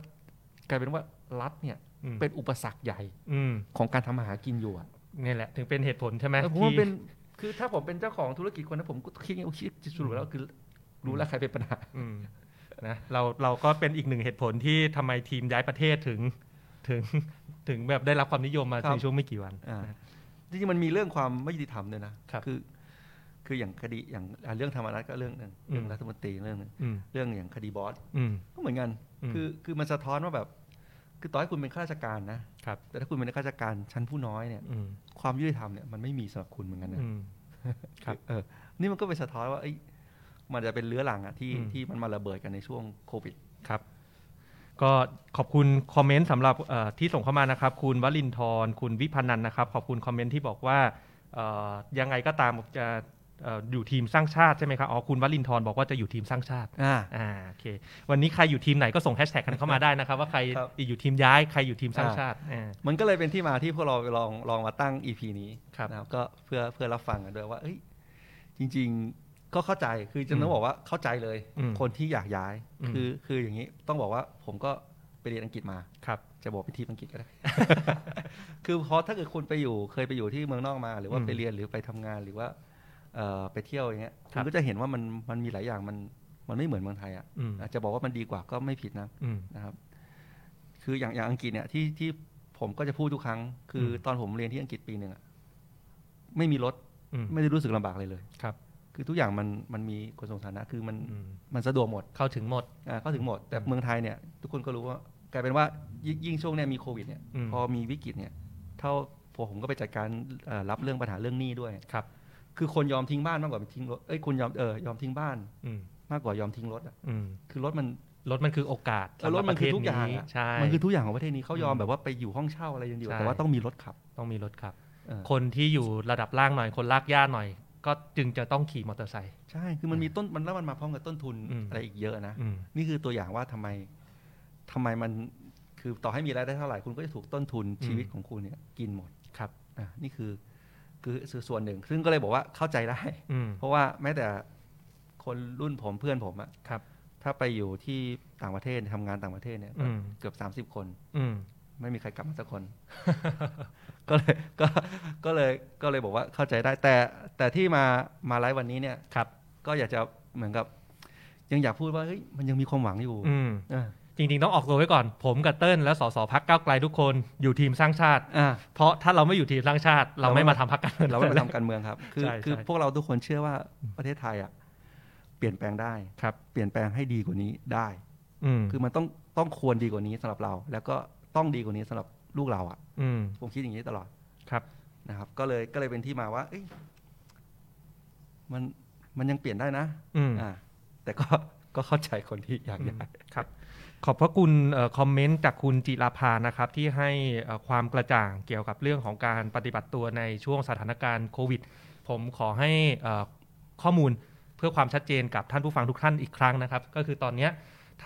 Speaker 2: กลายเป็นว่ารัฐเนี่ย
Speaker 1: อืม
Speaker 2: เป็นอุปสรรคใหญ่
Speaker 1: อืม
Speaker 2: ของการทำมาหากินอยู่อะ
Speaker 1: เนี่ยแหละ ถึงเป็นเหตุผลใช่ไหม
Speaker 2: เออผม
Speaker 1: ที่
Speaker 2: ว่าเป็นคือถ้าผมเป็นเจ้าของธุรกิจคนนั้นผมก็คิดอย่างนี้คิดสรุปแล้วคือรู้แล้วใครเป็นปัญหา
Speaker 1: อืมนะเราเราก็เป็นอีกหนึ่งเหตุผลที่ทำไมทีมย้ายประเทศถึงถึงถึงแบบได้รับความนิยมมา
Speaker 2: ครับ
Speaker 1: ในช่วงไม่กี่วัน
Speaker 2: อ่าจริงๆมันมีเรื่องความไม่ยุติธรรมด้วยนะครับ อคืออย่างคดีอย่างอ่าเรื่องธรรมนัฐก็เรื่องหนึ่ง
Speaker 1: อืม
Speaker 2: เรื่องรัฐมนตรีเรื่องหนึ่ง
Speaker 1: อืม
Speaker 2: เรื่องอย่างคดีบอส
Speaker 1: อืม
Speaker 2: ก็เหมือนกัน
Speaker 1: อืม
Speaker 2: คือคือมันสะท้อนว่าแบบ คือต่อให้คุณเป็นข้าราชการนะครับ แต่ถ้าคุณเป็นข้าราชการชั้นผู้น้อยเนี่ย
Speaker 1: อืม
Speaker 2: ความยุติธรรมเนี่ยมันไม่มีสำหรับคุณเหมือนกันนะ
Speaker 1: อืม ครับ
Speaker 2: เออ นี่มันก็ไปสะท้อนว่าเอ้ยมันจะเป็นเลื้อรังอะที่
Speaker 1: อืม
Speaker 2: ที่มันมาระเบิดกันในช่วงโควิด
Speaker 1: ครับ ก็ขอบคุณคอมเมนต์สำหรับเอ่อที่ส่งเข้ามานะครับ คุณวลินทร์คุณวิพนันท์นะครับ ขอบคุณคอมเมนต์ที่บอกว่าเอ่อยังไงก็ตามจะเอ่ออยู่ทีมสร้างชาติใช่ไหมครับอ๋อคุณวลินทร์บอกว่าจะอยู่ทีมสร้างชาติ
Speaker 2: อ่า
Speaker 1: อ่าโอเค วันนี้ใครอยู่ทีมไหนก็ส่งแฮชแท็กกันเข้ามาได้นะครับ ว่าใคร
Speaker 2: ครับ
Speaker 1: อยู่ทีมย้ายใครอยู่ทีมสร้างชาติอ่า
Speaker 2: มันก็เลยเป็นที่มาที่พวกเราลองลองมาตั้ง EP นี้
Speaker 1: ครับ
Speaker 2: นะครับก็เพื่อเพื่อรับฟังกันด้วยว่าเอ้ยจริง ๆก็เข้าใจคือจะต้อ
Speaker 1: อื
Speaker 2: ง
Speaker 1: ม
Speaker 2: บอกว่าเข้าใจเลย
Speaker 1: อืม
Speaker 2: คนที่อยากย้าย
Speaker 1: อืม
Speaker 2: คือคืออย่างนี้ต้องบอกว่าผมก็ไปเรียนอังกฤษมา
Speaker 1: ครับ
Speaker 2: จะบอกเป็นทีมอังกฤษ ก็ได้ คือเพราะถ้าเกิดคุณไปอยู่เคยไปอยู่ที่เมืองนอกมา หรือว่า
Speaker 1: อืม
Speaker 2: ไปเรียนหรือไปทำงานหรือว่าเอ่อไปเที่ยวอย่างเงี้ย
Speaker 1: ครั
Speaker 2: คุ
Speaker 1: บ
Speaker 2: ณก็จะเห็นว่ามันมันมีหลายอย่างมันมันไม่เหมือนเมืองไทยอ่ะ
Speaker 1: อืม
Speaker 2: อาจจะบอกว่ามันดีกว่าก็ไม่ผิดนะ
Speaker 1: อืม
Speaker 2: นะครับ คืออย่างอย่างอังกฤษเนี่ยที่ที่ผมก็จะพูดทุกครั้ง คืออ
Speaker 1: ม
Speaker 2: ตอนผมเรียนที่อังกฤษปีหนึ่งอะไม่มีรถ
Speaker 1: อืม
Speaker 2: ไม่ได้รู้สึกลำบากเลยเลย
Speaker 1: ครับ
Speaker 2: คือทุกอย่างมันมันมีขนส่งสาธารณะคือมัน
Speaker 1: อืม
Speaker 2: มันสะดวกหมด
Speaker 1: เข้าถึงหมด
Speaker 2: อ่าเข้าถึงหมด แต่
Speaker 1: อืม
Speaker 2: เมืองไทยเนี่ยทุกคนก็รู้ว่ากลายเป็นว่ายิ่งยิ่งช่วงเนี่ยมีโควิดเนี่ย
Speaker 1: อืม
Speaker 2: พอมีวิกฤตเนี่ยเท่าผมก็ไปจัดการเอ่อรับเรื่องปัญหาเรื่องหนี้ด้วย
Speaker 1: ครับ
Speaker 2: คือคนยอมทิ้งบ้านมากกว่าทิ้งรถเอ้ยคนยอมเออยอมทิ้งบ้าน
Speaker 1: อืม
Speaker 2: มากกว่ายอมทิ้งรถอะ
Speaker 1: อืม
Speaker 2: คือรถมัน
Speaker 1: รถมันคือโอกาส
Speaker 2: เออรถมันคือทุกอย่า
Speaker 1: สำหรับ
Speaker 2: ง
Speaker 1: ประเทศ
Speaker 2: อะ
Speaker 1: นี้ใช่
Speaker 2: มัน
Speaker 1: น
Speaker 2: คือทุกอย่างของประเทศนี้เขายอม
Speaker 1: อืม
Speaker 2: แบบว่าไปอยู่ห้องเช่าอะไรอย่างเดียว
Speaker 1: ใช่
Speaker 2: แต่ว่าต้องมีรถขับ
Speaker 1: ต้องมีรถครับ
Speaker 2: เออ
Speaker 1: คนที่อยู่ระดับล่างหน่อยคนลากย่าหน่อย ก็จึงจะต้องขี่มอเตอร์ไซค์
Speaker 2: ใช่ คือมันมีต้นมันแล้วมันมาพร้อมกับต้นทุน
Speaker 1: อืม
Speaker 2: อะไรอีกเยอะนะ
Speaker 1: อืม
Speaker 2: นี่คือตัวอย่างว่าทำไมทำไมมันคือต่อให้มีรายได้เท่าไหร่คุณก็จะถูกต้นทุนชีวิตของคุณเนี่ยกินหมด
Speaker 1: ครับ
Speaker 2: อ่ะนี่คือคือคือส่วนหนึ่ง ซึ่งก็เลยบอกว่าเข้าใจได้
Speaker 1: อืม
Speaker 2: เพราะว่าแม้แต่คนรุ่นผมเพื่อนผมอะ
Speaker 1: ครับ
Speaker 2: ถ้าไปอยู่ที่ต่างประเทศทำงานต่างประเทศเนี่ย
Speaker 1: อืม
Speaker 2: เกือบ 30 คน
Speaker 1: อืม
Speaker 2: ไม่มีใครกลับมาสักคน ก็เลยก็ก็เลยก็เลยบอกว่าเข้าใจได้แต่แต่ที่มามาไลฟ์วันนี้เนี่ย
Speaker 1: ครับ
Speaker 2: ก็อยากจะเหมือนกับ ยังอยากพูดว่าเฮ้ยมันยังมีความหวังอยู่
Speaker 1: อืม
Speaker 2: อ่า
Speaker 1: จริงๆต้องออกตัวไว้ก่อน ผมกับเติ้ลและสสพักก้าวไกลทุกคนอยู่ทีมสร้างชาติ
Speaker 2: อ่า
Speaker 1: เพราะถ้าเราไม่อยู่ทีมสร้างชาติ เรา
Speaker 2: เราไม่
Speaker 1: ไม่มาทำพักการเมือง
Speaker 2: เราไม่ไปทำการเมืองครับ คือ
Speaker 1: ใช่
Speaker 2: คือ
Speaker 1: ใช่
Speaker 2: พวกเราทุกคนเชื่อว่าประเทศไทยอ่ะเปลี่ยนแปลงได้
Speaker 1: ครับ
Speaker 2: เปลี่ยนแปลงให้ดีกว่านี้ได้
Speaker 1: อืม
Speaker 2: คือมันต้องต้องควรดีกว่านี้สำหรับเรา แล้วก็ต้องดีกว่านี้สำหรับลูกเราอ่ะ
Speaker 1: อืม
Speaker 2: ผมคิดอย่างนี้ตลอด
Speaker 1: ครับ
Speaker 2: นะครับ ก็เลยก็เลยเป็นที่มาว่าเอ้ยมัน มันยังเปลี่ยนได้นะ
Speaker 1: อืม
Speaker 2: อ่าแต่ก็ก็เข้าใจคนที่อยากย้าย
Speaker 1: ครับ ขอบพระคุณเอ่อคอมเมนต์จากคุณจิราภานะครับ ที่ให้เอ่อความกระจ่างเกี่ยวกับเรื่องของการปฏิบัติตัวในช่วงสถานการณ์โควิด ผมขอให้เอ่อข้อมูลเพื่อความชัดเจนกับท่านผู้ฟังทุกท่านอีกครั้งนะครับ ก็คือตอนเนี้ย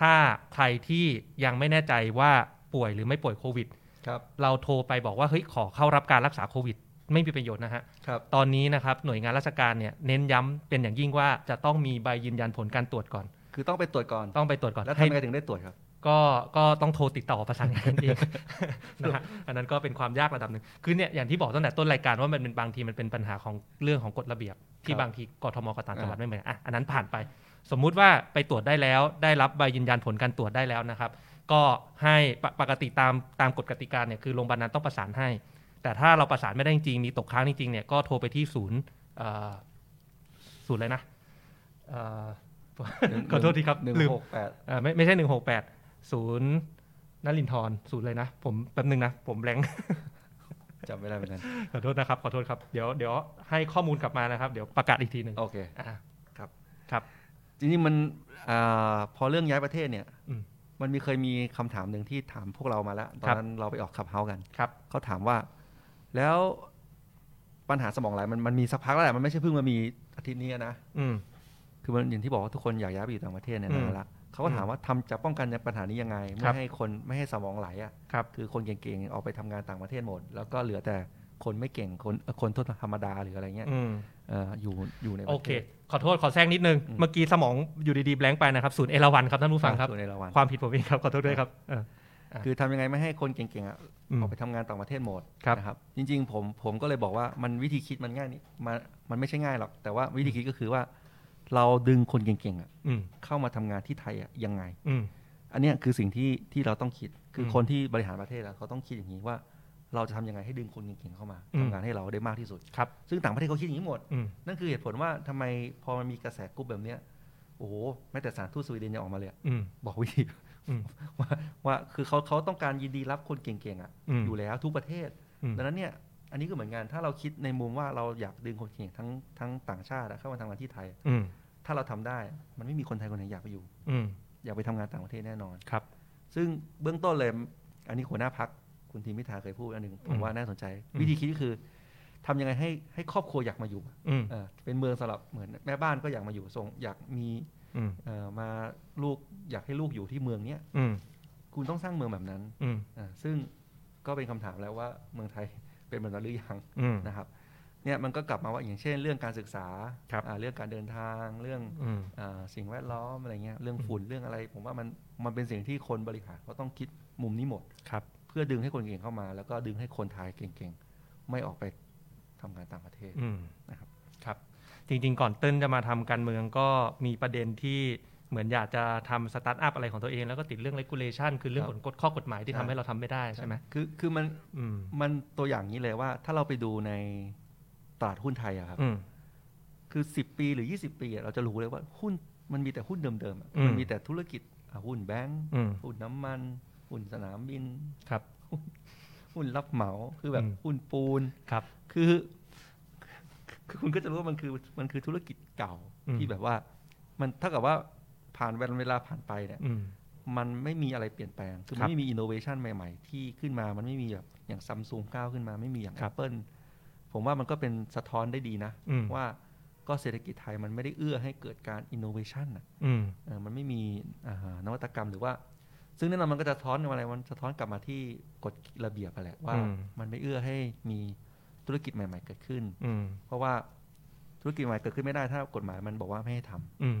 Speaker 1: ถ้าใครที่ยังไม่แน่ใจว่าป่วยหรือไม่ป่วยโควิด
Speaker 2: ครับ
Speaker 1: เราโทรไปบอกว่าเฮ้ยขอเข้ารับการรักษาโควิด ไม่มีประโยชน์นะฮะ
Speaker 2: ครับ
Speaker 1: ตอนนี้นะครับหน่วยงานราชการเนี่ยเน้นย้ำเป็นอย่างยิ่งว่าจะต้องมีใบยืนยันผลการตรวจก่อน
Speaker 2: คือต้องไปตรวจก่อน
Speaker 1: ต้องไปตรวจก่อน
Speaker 2: แล้ว
Speaker 1: ให้
Speaker 2: ทำยังไงถึงได้ตรวจครับ
Speaker 1: ก็ก็ต้องโทรติดต่อประสานงานกันเอง นะฮะอันนั้นก็เป็นความยากระดับหนึ่งคือเนี่ยอย่างที่บอกตั้งแต่ต้นรายการว่ามันเป็นบางทีมันเป็นปัญหาของเรื่องของกฎระเบียบ ที่
Speaker 2: ครับ
Speaker 1: บางทีกทมกับต่างจังหวัด
Speaker 2: อ่า
Speaker 1: ไม่เหมือนกันอ่ะอันนั้นผ่านไป สมมุติว่าไปตรวจได้แล้ว ได้รับใบยืนยันผลการตรวจได้แล้วนะครับ ก็ให้ปปกติตามตามกฎกติกาเนี่ยคือโรงพยาบาลนั้นต้องประสานให้ แต่ถ้าเราประสานไม่ได้จริงๆมีตกค้างจริงๆเนี่ยก็โทรไปที่ศูนย์เอ่อศูนย์เลยนะเอ่อ ขอโทษทีครับ
Speaker 2: หนึ่ง
Speaker 1: ลืม
Speaker 2: หกแปด
Speaker 1: เอ่อไม่ไม่ใช่หนึ่งหกแปดศูนย์นลินทรศูนย์เลยนะ ผมแป๊บนึงนะ ผมแบงค์
Speaker 2: จำไม่ได้เหมือนกัน
Speaker 1: ขอโทษนะครับ ขอโทษครับ เดี๋ยวเดี๋ยวให้ข้อมูลกลับมานะครับ เดี๋ยวประกาศอีกทีหนึ่ง
Speaker 2: โอเค
Speaker 1: อ่ะ
Speaker 2: จริงๆมันอาพอเรื่องย้ายประเทศเนี่ย
Speaker 1: อืม
Speaker 2: มันมีเคยมีคำถามหนึ่งที่ถามพวกเรามาแล้ว ตอน
Speaker 1: ครับ
Speaker 2: นั้นเราไปออกขับเฮากัน
Speaker 1: ครับ
Speaker 2: เขาถามว่า แล้วปัญหาสมองไหลมันมันมีสักพักแล้วแหละมันไม่ใช่เพิ่งมามีอาทิตย์นี้นะ
Speaker 1: อืม
Speaker 2: คือมันอย่างที่บอกว่าทุกคนอยากย้ายไปอยู่ต่างประเทศเนี่ย
Speaker 1: อืม
Speaker 2: นานละเขาก็ถามว่าทำจะป้องกันปัญหานี้ยังไง
Speaker 1: ครับ
Speaker 2: ไม่ให้คนไม่ให้สมองไหลอ่ะ
Speaker 1: ครับ
Speaker 2: คือคนเก่งๆ ออกไปทำงานต่างประเทศหมด แล้วก็เหลือแต่คนไม่เก่งคนเอ่อคนทั่วธรรมดาหรืออะไรเงี้ย
Speaker 1: อืม
Speaker 2: เอออยู่อยู่ในป
Speaker 1: โอ
Speaker 2: ระ
Speaker 1: เค
Speaker 2: เทศ
Speaker 1: ขอโทษ ขอแทรกนิดนึง
Speaker 2: อืม
Speaker 1: เมื่อกี้สมองอยู่ดีๆแบงค์ไปนะครับ ศูนย์เอราวันครับท่านผู้ฟังครับ
Speaker 2: อยู่ในละวัน
Speaker 1: ความผิดผมเองครับ ขอโทษด้วยครับเออ อ่ะ
Speaker 2: คือทำยังไงไม่ให้คนเก่งๆอ่ะ
Speaker 1: อืม
Speaker 2: ออกไปทำงานต่างประเทศหมด
Speaker 1: ครับ
Speaker 2: นะครับ จริงๆ ผมผมก็เลยบอกว่ามันวิธีคิดมันง่ายนี่มันมันไม่ใช่ง่ายหรอก แต่ว่าวิธีคิดก็คือว่า เราดึงคนเก่งๆอ่ะ
Speaker 1: อืม
Speaker 2: เข้ามาทำงานที่ไทยอ่ะยังไง
Speaker 1: อืม
Speaker 2: อันเนี้ยคือสิ่งที่ที่เราต้องคิด คืออ
Speaker 1: ม
Speaker 2: คนที่บริหารประเทศอะเขาต้องคิดอย่างนี้ว่า เราจะทำยังไงให้ดึงคนเก่งๆเข้ามา
Speaker 1: อืม
Speaker 2: ทำงานให้เราได้มากที่สุด
Speaker 1: ครับ
Speaker 2: ซึ่งต่างประเทศเขาคิดอย่างนี้หมด
Speaker 1: อืม
Speaker 2: นั่นคือเหตุผลว่าทำไมพอมันมีกระแสกรุ๊ปแบบเนี้ยโอ้โหแม้แต่สถารทูตสวีเดนยังออกมาเลยอะ
Speaker 1: อืม
Speaker 2: บอกวิธี
Speaker 1: อืม
Speaker 2: ว่าว่าคือเขาเขาต้องการยินดีรับคนเก่งๆอ่ะ
Speaker 1: อืม
Speaker 2: อยู่แล้วทุกประเทศ
Speaker 1: อืม
Speaker 2: ดังนั้นเนี่ยอันนี้ก็เหมือนกันถ้าเราคิดในมุมว่าเราอยากดึงคนเก่งทั้งทั้งต่างชาติอะเข้ามาทำงานที่ไทย
Speaker 1: อืม
Speaker 2: ถ้าเราทำได้มันไม่มีคนไทยคนไหนอยากไปอยู่
Speaker 1: อืม
Speaker 2: อยากไปทำงานต่างประเทศแน่นอน
Speaker 1: ครับ
Speaker 2: ซึ่งเบื้องต้นเลย อันนี้หัวหน้าพักคุณทีมพิธาเคยพูดอันหนึ่งผ
Speaker 1: อื
Speaker 2: ม
Speaker 1: ม
Speaker 2: ว่าน่าสนใจ
Speaker 1: อืม
Speaker 2: วิธีคิดก็คือทำยังไงให้ให้ครอบครัวอยากมาอยู่
Speaker 1: อืม
Speaker 2: เออเป็นเมืองสำหรับเหมือนแม่บ้านก็อยากมาอยู่ส่งอยากมี
Speaker 1: อืม
Speaker 2: เอ่อมาลูกอยากให้ลูกอยู่ที่เมืองเนี้ย
Speaker 1: อืม
Speaker 2: คุณต้องสร้างเมืองแบบนั้น
Speaker 1: อืม
Speaker 2: อ่าซึ่งก็เป็นคำถามแล้วว่าเมืองไทยเป็นแบบนั้นหรือยัง
Speaker 1: อืม
Speaker 2: นะครับเนี่ยมันก็กลับมาว่าอย่างเช่น เรื่องการศึกษา
Speaker 1: ครับ
Speaker 2: อ่าเรื่องการเดินทางเรื่อง
Speaker 1: อืม
Speaker 2: อ่าสิ่งแวดล้อมอะไรเงี้ยเรื่อง
Speaker 1: อืม
Speaker 2: ฝุ่นเรื่องอะไร ผมว่ามันมันเป็นสิ่งที่คนบริหารเขาต้องคิดมุมนี้หมด
Speaker 1: ครับ
Speaker 2: เพื่อดึงให้คนเก่งเข้ามา แล้วก็ดึงให้คนไทยเก่งๆ ไม่ออกไปทำงานต่างประเทศ
Speaker 1: อืม
Speaker 2: นะครับ
Speaker 1: ครับจริงๆ ก่อนเติ้ลจะมาทำการเมืองก็มีประเด็นที่เหมือนอยากจะทำสตาร์ทอัพอะไรของตัวเอง แล้วก็ติดเรื่อง regulation คือเรื่องกฎกฎข้อกฎหมายที่ทำให้เราทำไม่ได้ใช่ไหม
Speaker 2: คือคือมัน
Speaker 1: อืม
Speaker 2: มันตัวอย่างนี้เลยว่า ถ้าเราไปดูในตลาดหุ้นไทยอะครับ
Speaker 1: อืม
Speaker 2: คือ 10 ปีหรือ 20 ปีอะเราจะรู้เลยว่าหุ้นมันมีแต่หุ้นเดิมๆอะ
Speaker 1: อืม
Speaker 2: มันมีแต่ธุรกิจอ่ะหุ้นแบงก์
Speaker 1: อืม
Speaker 2: หุ้นน้ำมัน หุ้นสนามบิน
Speaker 1: ครับ
Speaker 2: หุ้นหุ้นรับเหมาคือแบบ
Speaker 1: อืม
Speaker 2: หุ้นปูน
Speaker 1: ครับ
Speaker 2: คือคือคุณก็จะรู้ว่ามันคือมันคือธุรกิจเก่า
Speaker 1: อืม
Speaker 2: ที่แบบว่า มันเท่ากับว่าผ่านเวลาผ่านไปเนี่ย
Speaker 1: อืม
Speaker 2: มันไม่มีอะไรเปลี่ยนแปลง คือ
Speaker 1: ค
Speaker 2: มั
Speaker 1: รับ
Speaker 2: นไม่มีอินโนเวชันใหม่ๆ ที่ขึ้นมามันไม่มีแบบอย่างซัมซุงก้าวขึ้นมาไม่มีอย่าง
Speaker 1: ครับ
Speaker 2: Apple ผมว่ามันก็เป็นสะท้อนได้ดีนะ
Speaker 1: อืม
Speaker 2: ว่าก็เศรษฐกิจไทยมันไม่ได้เอื้อให้เกิดการอินโนเวชันอ่ะ
Speaker 1: อืม
Speaker 2: เออมันไม่มีอ่านวัตกรรมหรือว่า ซึ่งแน่นอนมันก็จะสะท้อนกับอะไรมันสะท้อนกลับมาที่กฎระเบียบไปแหละว่า
Speaker 1: อืม
Speaker 2: มันไม่เอื้อให้มีธุรกิจใหม่ ๆ เกิดขึ้น
Speaker 1: อืม
Speaker 2: เพราะว่าธุรกิจใหม่เกิดขึ้นไม่ได้ถ้ากฎหมายมันบอกว่าไม่ให้ทำ
Speaker 1: อืม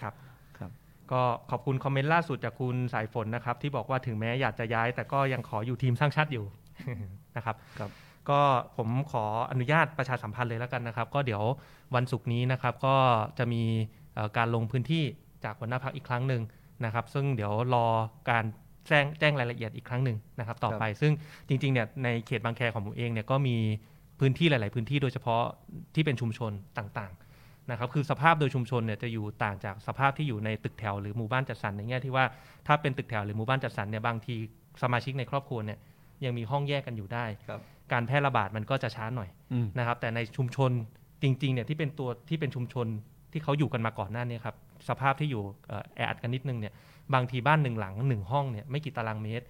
Speaker 1: ครับ
Speaker 2: ครับ
Speaker 1: ก็ขอบคุณคอมเมนต์ล่าสุดจากคุณสายฝนนะครับ ที่บอกว่าถึงแม้อยากจะย้าย แต่ก็ยังขออยู่ทีมสร้างชาติอยู่ นะครับ
Speaker 2: ครับ
Speaker 1: ก็ผมขออนุญาตประชาสัมพันธ์เลยแล้วกันนะครับ ก็เดี๋ยววันศุกร์นี้นะครับ ก็จะมีเอ่อการลงพื้นที่จากหัวหน้าพักอีกครั้งหนึ่งนะครับ ซึ่งเดี๋ยวรอการแจ้งแจ้งรายละเอียดอีกครั้งหนึ่งนะครับ ต่อไปซึ่งจริงๆเนี่ยในเขตบางแคของผมเองเนี่ยก็มีพื้นที่หลาย ๆ พื้นที่โดยเฉพาะที่เป็นชุมชนต่างๆนะครับ คือสภาพโดยชุมชนเนี่ยจะอยู่ต่างจากสภาพที่อยู่ในตึกแถวหรือหมู่บ้านจัดสรรในแง่ที่ว่าถ้าเป็นตึกแถวหรือหมู่บ้านจัดสรรเนี่ยบางทีสมาชิกในครอบครัวเนี่ยยังมีห้องแยกกันอยู่ได้ การแพร่ระบาดมันก็จะช้าหน่อย
Speaker 2: อืม
Speaker 1: นะครับ แต่ในชุมชนจริงๆเนี่ยที่เป็นตัวที่เป็นชุมชน ที่เขาอยู่กันมาก่อนหน้านี้ครับสภาพที่อยู่เอ่อแออัดกันนิดนึงเนี่ยบางทีบ้านหนึ่งหลังหนึ่งห้องเนี่ยไม่กี่ตารางเมตร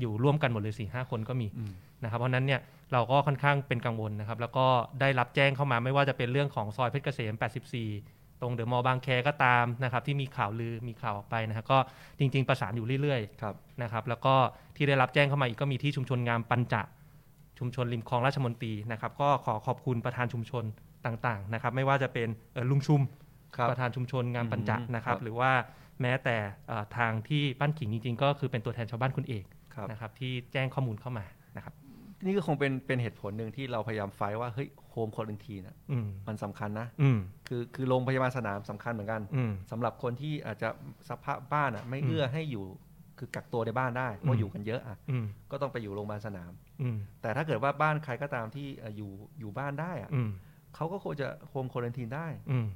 Speaker 1: อยู่ร่วมกันหมดเลยสี่ห้าคนก็มี
Speaker 2: อืม
Speaker 1: นะครับเพราะฉะนั้นเนี่ยเราก็ค่อนข้างเป็นกังวลนะครับ แล้วก็ได้รับแจ้งเข้ามาไม่ว่าจะเป็นเรื่องของซอยเพชรเกษม 84 ตรงเดอะมอลล์บางแคก็ตามนะครับ ที่มีข่าวลือมีข่าวออกไปนะฮะก็จริง ๆ ประสานอยู่เรื่อย
Speaker 2: ครับ
Speaker 1: ๆนะครับ แล้วก็ที่ได้รับแจ้งเข้ามาอีกก็มีที่ชุมชนงามปัญจะชุมชนริมคลองราชมนตรีนะครับ ก็ขอขอบคุณประธานชุมชนต่างๆนะครับ ไม่ว่าจะเป็นเอ่อลุงชุม
Speaker 2: ครับ
Speaker 1: ประธานชุมชนงานปัญจัก
Speaker 2: อืม
Speaker 1: นะครับ
Speaker 2: ครับ
Speaker 1: หรือว่าแม้แต่เอ่อทางที่บ้านขิงจริง ๆ ก็คือเป็นตัวแทนชาวบ้านคุณเอก
Speaker 2: ครับ
Speaker 1: นะครับ ที่แจ้งข้อมูลเข้ามานะครับ
Speaker 2: นี่ก็คงเป็นเป็นเหตุผลหนึ่งที่เราพยายามไฟท์ว่าเฮ้ยโฮมคอรันทีนะ
Speaker 1: อืม
Speaker 2: มันสำคัญนะ
Speaker 1: อืม
Speaker 2: คือคือโรงพยาบาลสนามสำคัญเหมือนกัน
Speaker 1: อืม
Speaker 2: สำหรับคนที่อาจจะสภาพบ้านอ่ะไม่
Speaker 1: อืม
Speaker 2: เอื้อให้อยู่คือกักตัวในบ้านได้เพ
Speaker 1: อื
Speaker 2: ราะ
Speaker 1: ม
Speaker 2: อยู่กันเยอะอ่ะ
Speaker 1: อืม
Speaker 2: ก็ต้องไปอยู่โรงพยาบาลสนาม
Speaker 1: อืม
Speaker 2: แต่ถ้าเกิดว่าบ้านใครก็ตามที่เอ่ออยู่อยู่บ้านได้อ่ะ
Speaker 1: อืม
Speaker 2: เขาก็ควรจะโฮมคอรันทีนได้
Speaker 1: อืม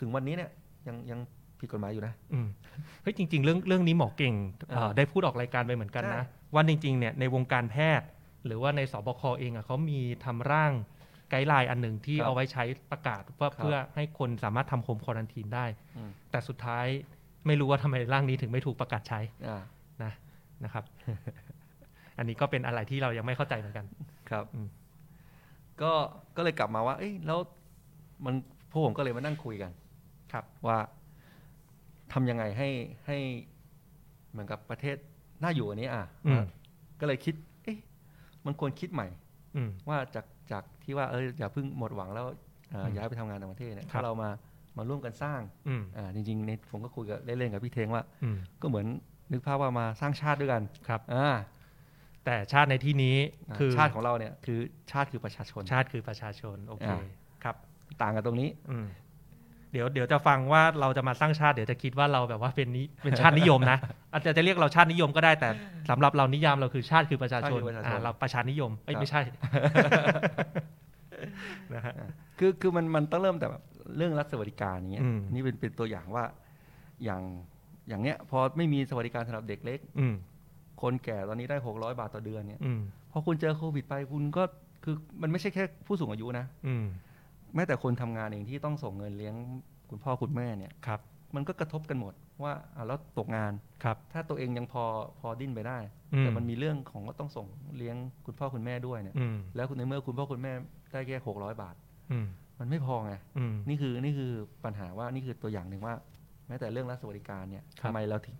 Speaker 2: ถึงวันนี้เนี่ยยังยังผิดกฎหมายอยู่นะ
Speaker 1: อืม เฮ้ยจริง ๆ เรื่องเรื่องนี้หมอเก่งเอ่อ
Speaker 2: อ่า
Speaker 1: ได้พูดออกรายการไปเหมือนกันนะ ว่าจริง ๆ เนี่ยในวงการแพทย์ หรือว่าในสบคเองอ่ะเขามีทำร่างไกด์ไลน์อันหนึ่งที่
Speaker 2: ครับ
Speaker 1: เอาไว้ใช้ประกาศเพื่อ
Speaker 2: ครับ
Speaker 1: เพื่อให้คนสามารถทำโฮมควอรันทีนได้
Speaker 2: อืม
Speaker 1: แต่สุดท้ายไม่รู้ว่าทำไมร่างนี้ถึงไม่ถูกประกาศใช้
Speaker 2: อ่า
Speaker 1: นะครับ อันนี้ก็เป็นอะไรที่เรายังไม่เข้าใจเหมือนกัน
Speaker 2: ครับ
Speaker 1: อืม
Speaker 2: ก็ก็เลยกลับมาว่า เอ้ยแล้วมันพวกผมก็เลยมานั่งคุยกัน
Speaker 1: ครับ
Speaker 2: ว่าทำยังไงให้ให้เหมือนกับประเทศน่าอยู่อันนี้อ่ะ
Speaker 1: อืม
Speaker 2: ก็เลยคิด เอ๊ะมันควรคิดใหม่
Speaker 1: อืม
Speaker 2: ว่าจากจากที่ว่าเอออย่าเพิ่งหมดหวังแล้วเอ่อ
Speaker 1: อืม
Speaker 2: ย้ายไปทำงานต่างประเทศเนี่ย
Speaker 1: ครับ
Speaker 2: ถ้าเรามามาร่วมกันสร้าง
Speaker 1: อืม
Speaker 2: อ่าจริงๆในผมก็คุยกับเล่นๆกับพี่เทงว่า
Speaker 1: อืม
Speaker 2: ก็เหมือนนึกภาพว่ามาสร้างชาติด้วยกัน
Speaker 1: ครับ
Speaker 2: อ่า
Speaker 1: แต่ชาติในที่นี้คือ
Speaker 2: ชาติของเราเนี่ยคือชาติคือประชาชน
Speaker 1: ชาติคือประชาชน โอเค
Speaker 2: อ่า
Speaker 1: ครับ
Speaker 2: ต่างกันตรงนี้
Speaker 1: อืม เดี๋ยวเดี๋ยวจะฟังว่าเราจะมาสร้างชาติ เดี๋ยวจะคิดว่าเราแบบว่าเป็นนี้เป็นชาตินิยมนะ อาจจะจะเรียกเราชาตินิยมก็ได้ แต่สำหรับเรานิยามเราคือชาติคือประชาชน
Speaker 2: ชาติคือประชาชน
Speaker 1: อ่าเราประชานิยมเอ้ย
Speaker 2: ครับ
Speaker 1: ไม่ใช่ นะฮะ
Speaker 2: คือคือมันมันต้องเริ่มแต่แบบเรื่องรัฐสวัสดิการอย่างเงี้ย
Speaker 1: อืม
Speaker 2: นี่เป็นเป็นตัวอย่างว่าอย่างอย่างเนี้ยพอไม่มีสวัสดิการสำหรับเด็กเล็ก
Speaker 1: อืม
Speaker 2: คนแก่ตอนนี้ได้ 600 บาทต่อเดือนเนี่ย
Speaker 1: อืม
Speaker 2: พอคุณเจอโควิดไปคุณก็คือมันไม่ใช่แค่ผู้สูงอายุนะ
Speaker 1: อืม
Speaker 2: แม้แต่คนทำงานเองที่ต้องส่งเงินเลี้ยงคุณพ่อคุณแม่เนี่ย
Speaker 1: ครับ
Speaker 2: มันก็กระทบกันหมดว่าอ่ะแล้วตกงาน
Speaker 1: ครับ
Speaker 2: ถ้าตัวเองยังพอพอดิ้นไปได้
Speaker 1: อื
Speaker 2: แต่มันมีเรื่องของก็ต้องส่งเลี้ยงคุณพ่อคุณแม่ด้วยเนี่ย
Speaker 1: อืม
Speaker 2: แล้วในเมื่อคุณพ่อคุณแม่ได้แค่ 600 บาท
Speaker 1: อืม
Speaker 2: มันไม่พอไง
Speaker 1: อืม
Speaker 2: นี่คือนี่คือปัญหาว่านี่คือตัวอย่างหนึ่งว่า แม้แต่เรื่องรัฐสวัสดิการเนี่ย
Speaker 1: ครับ
Speaker 2: ทำไมเราถึง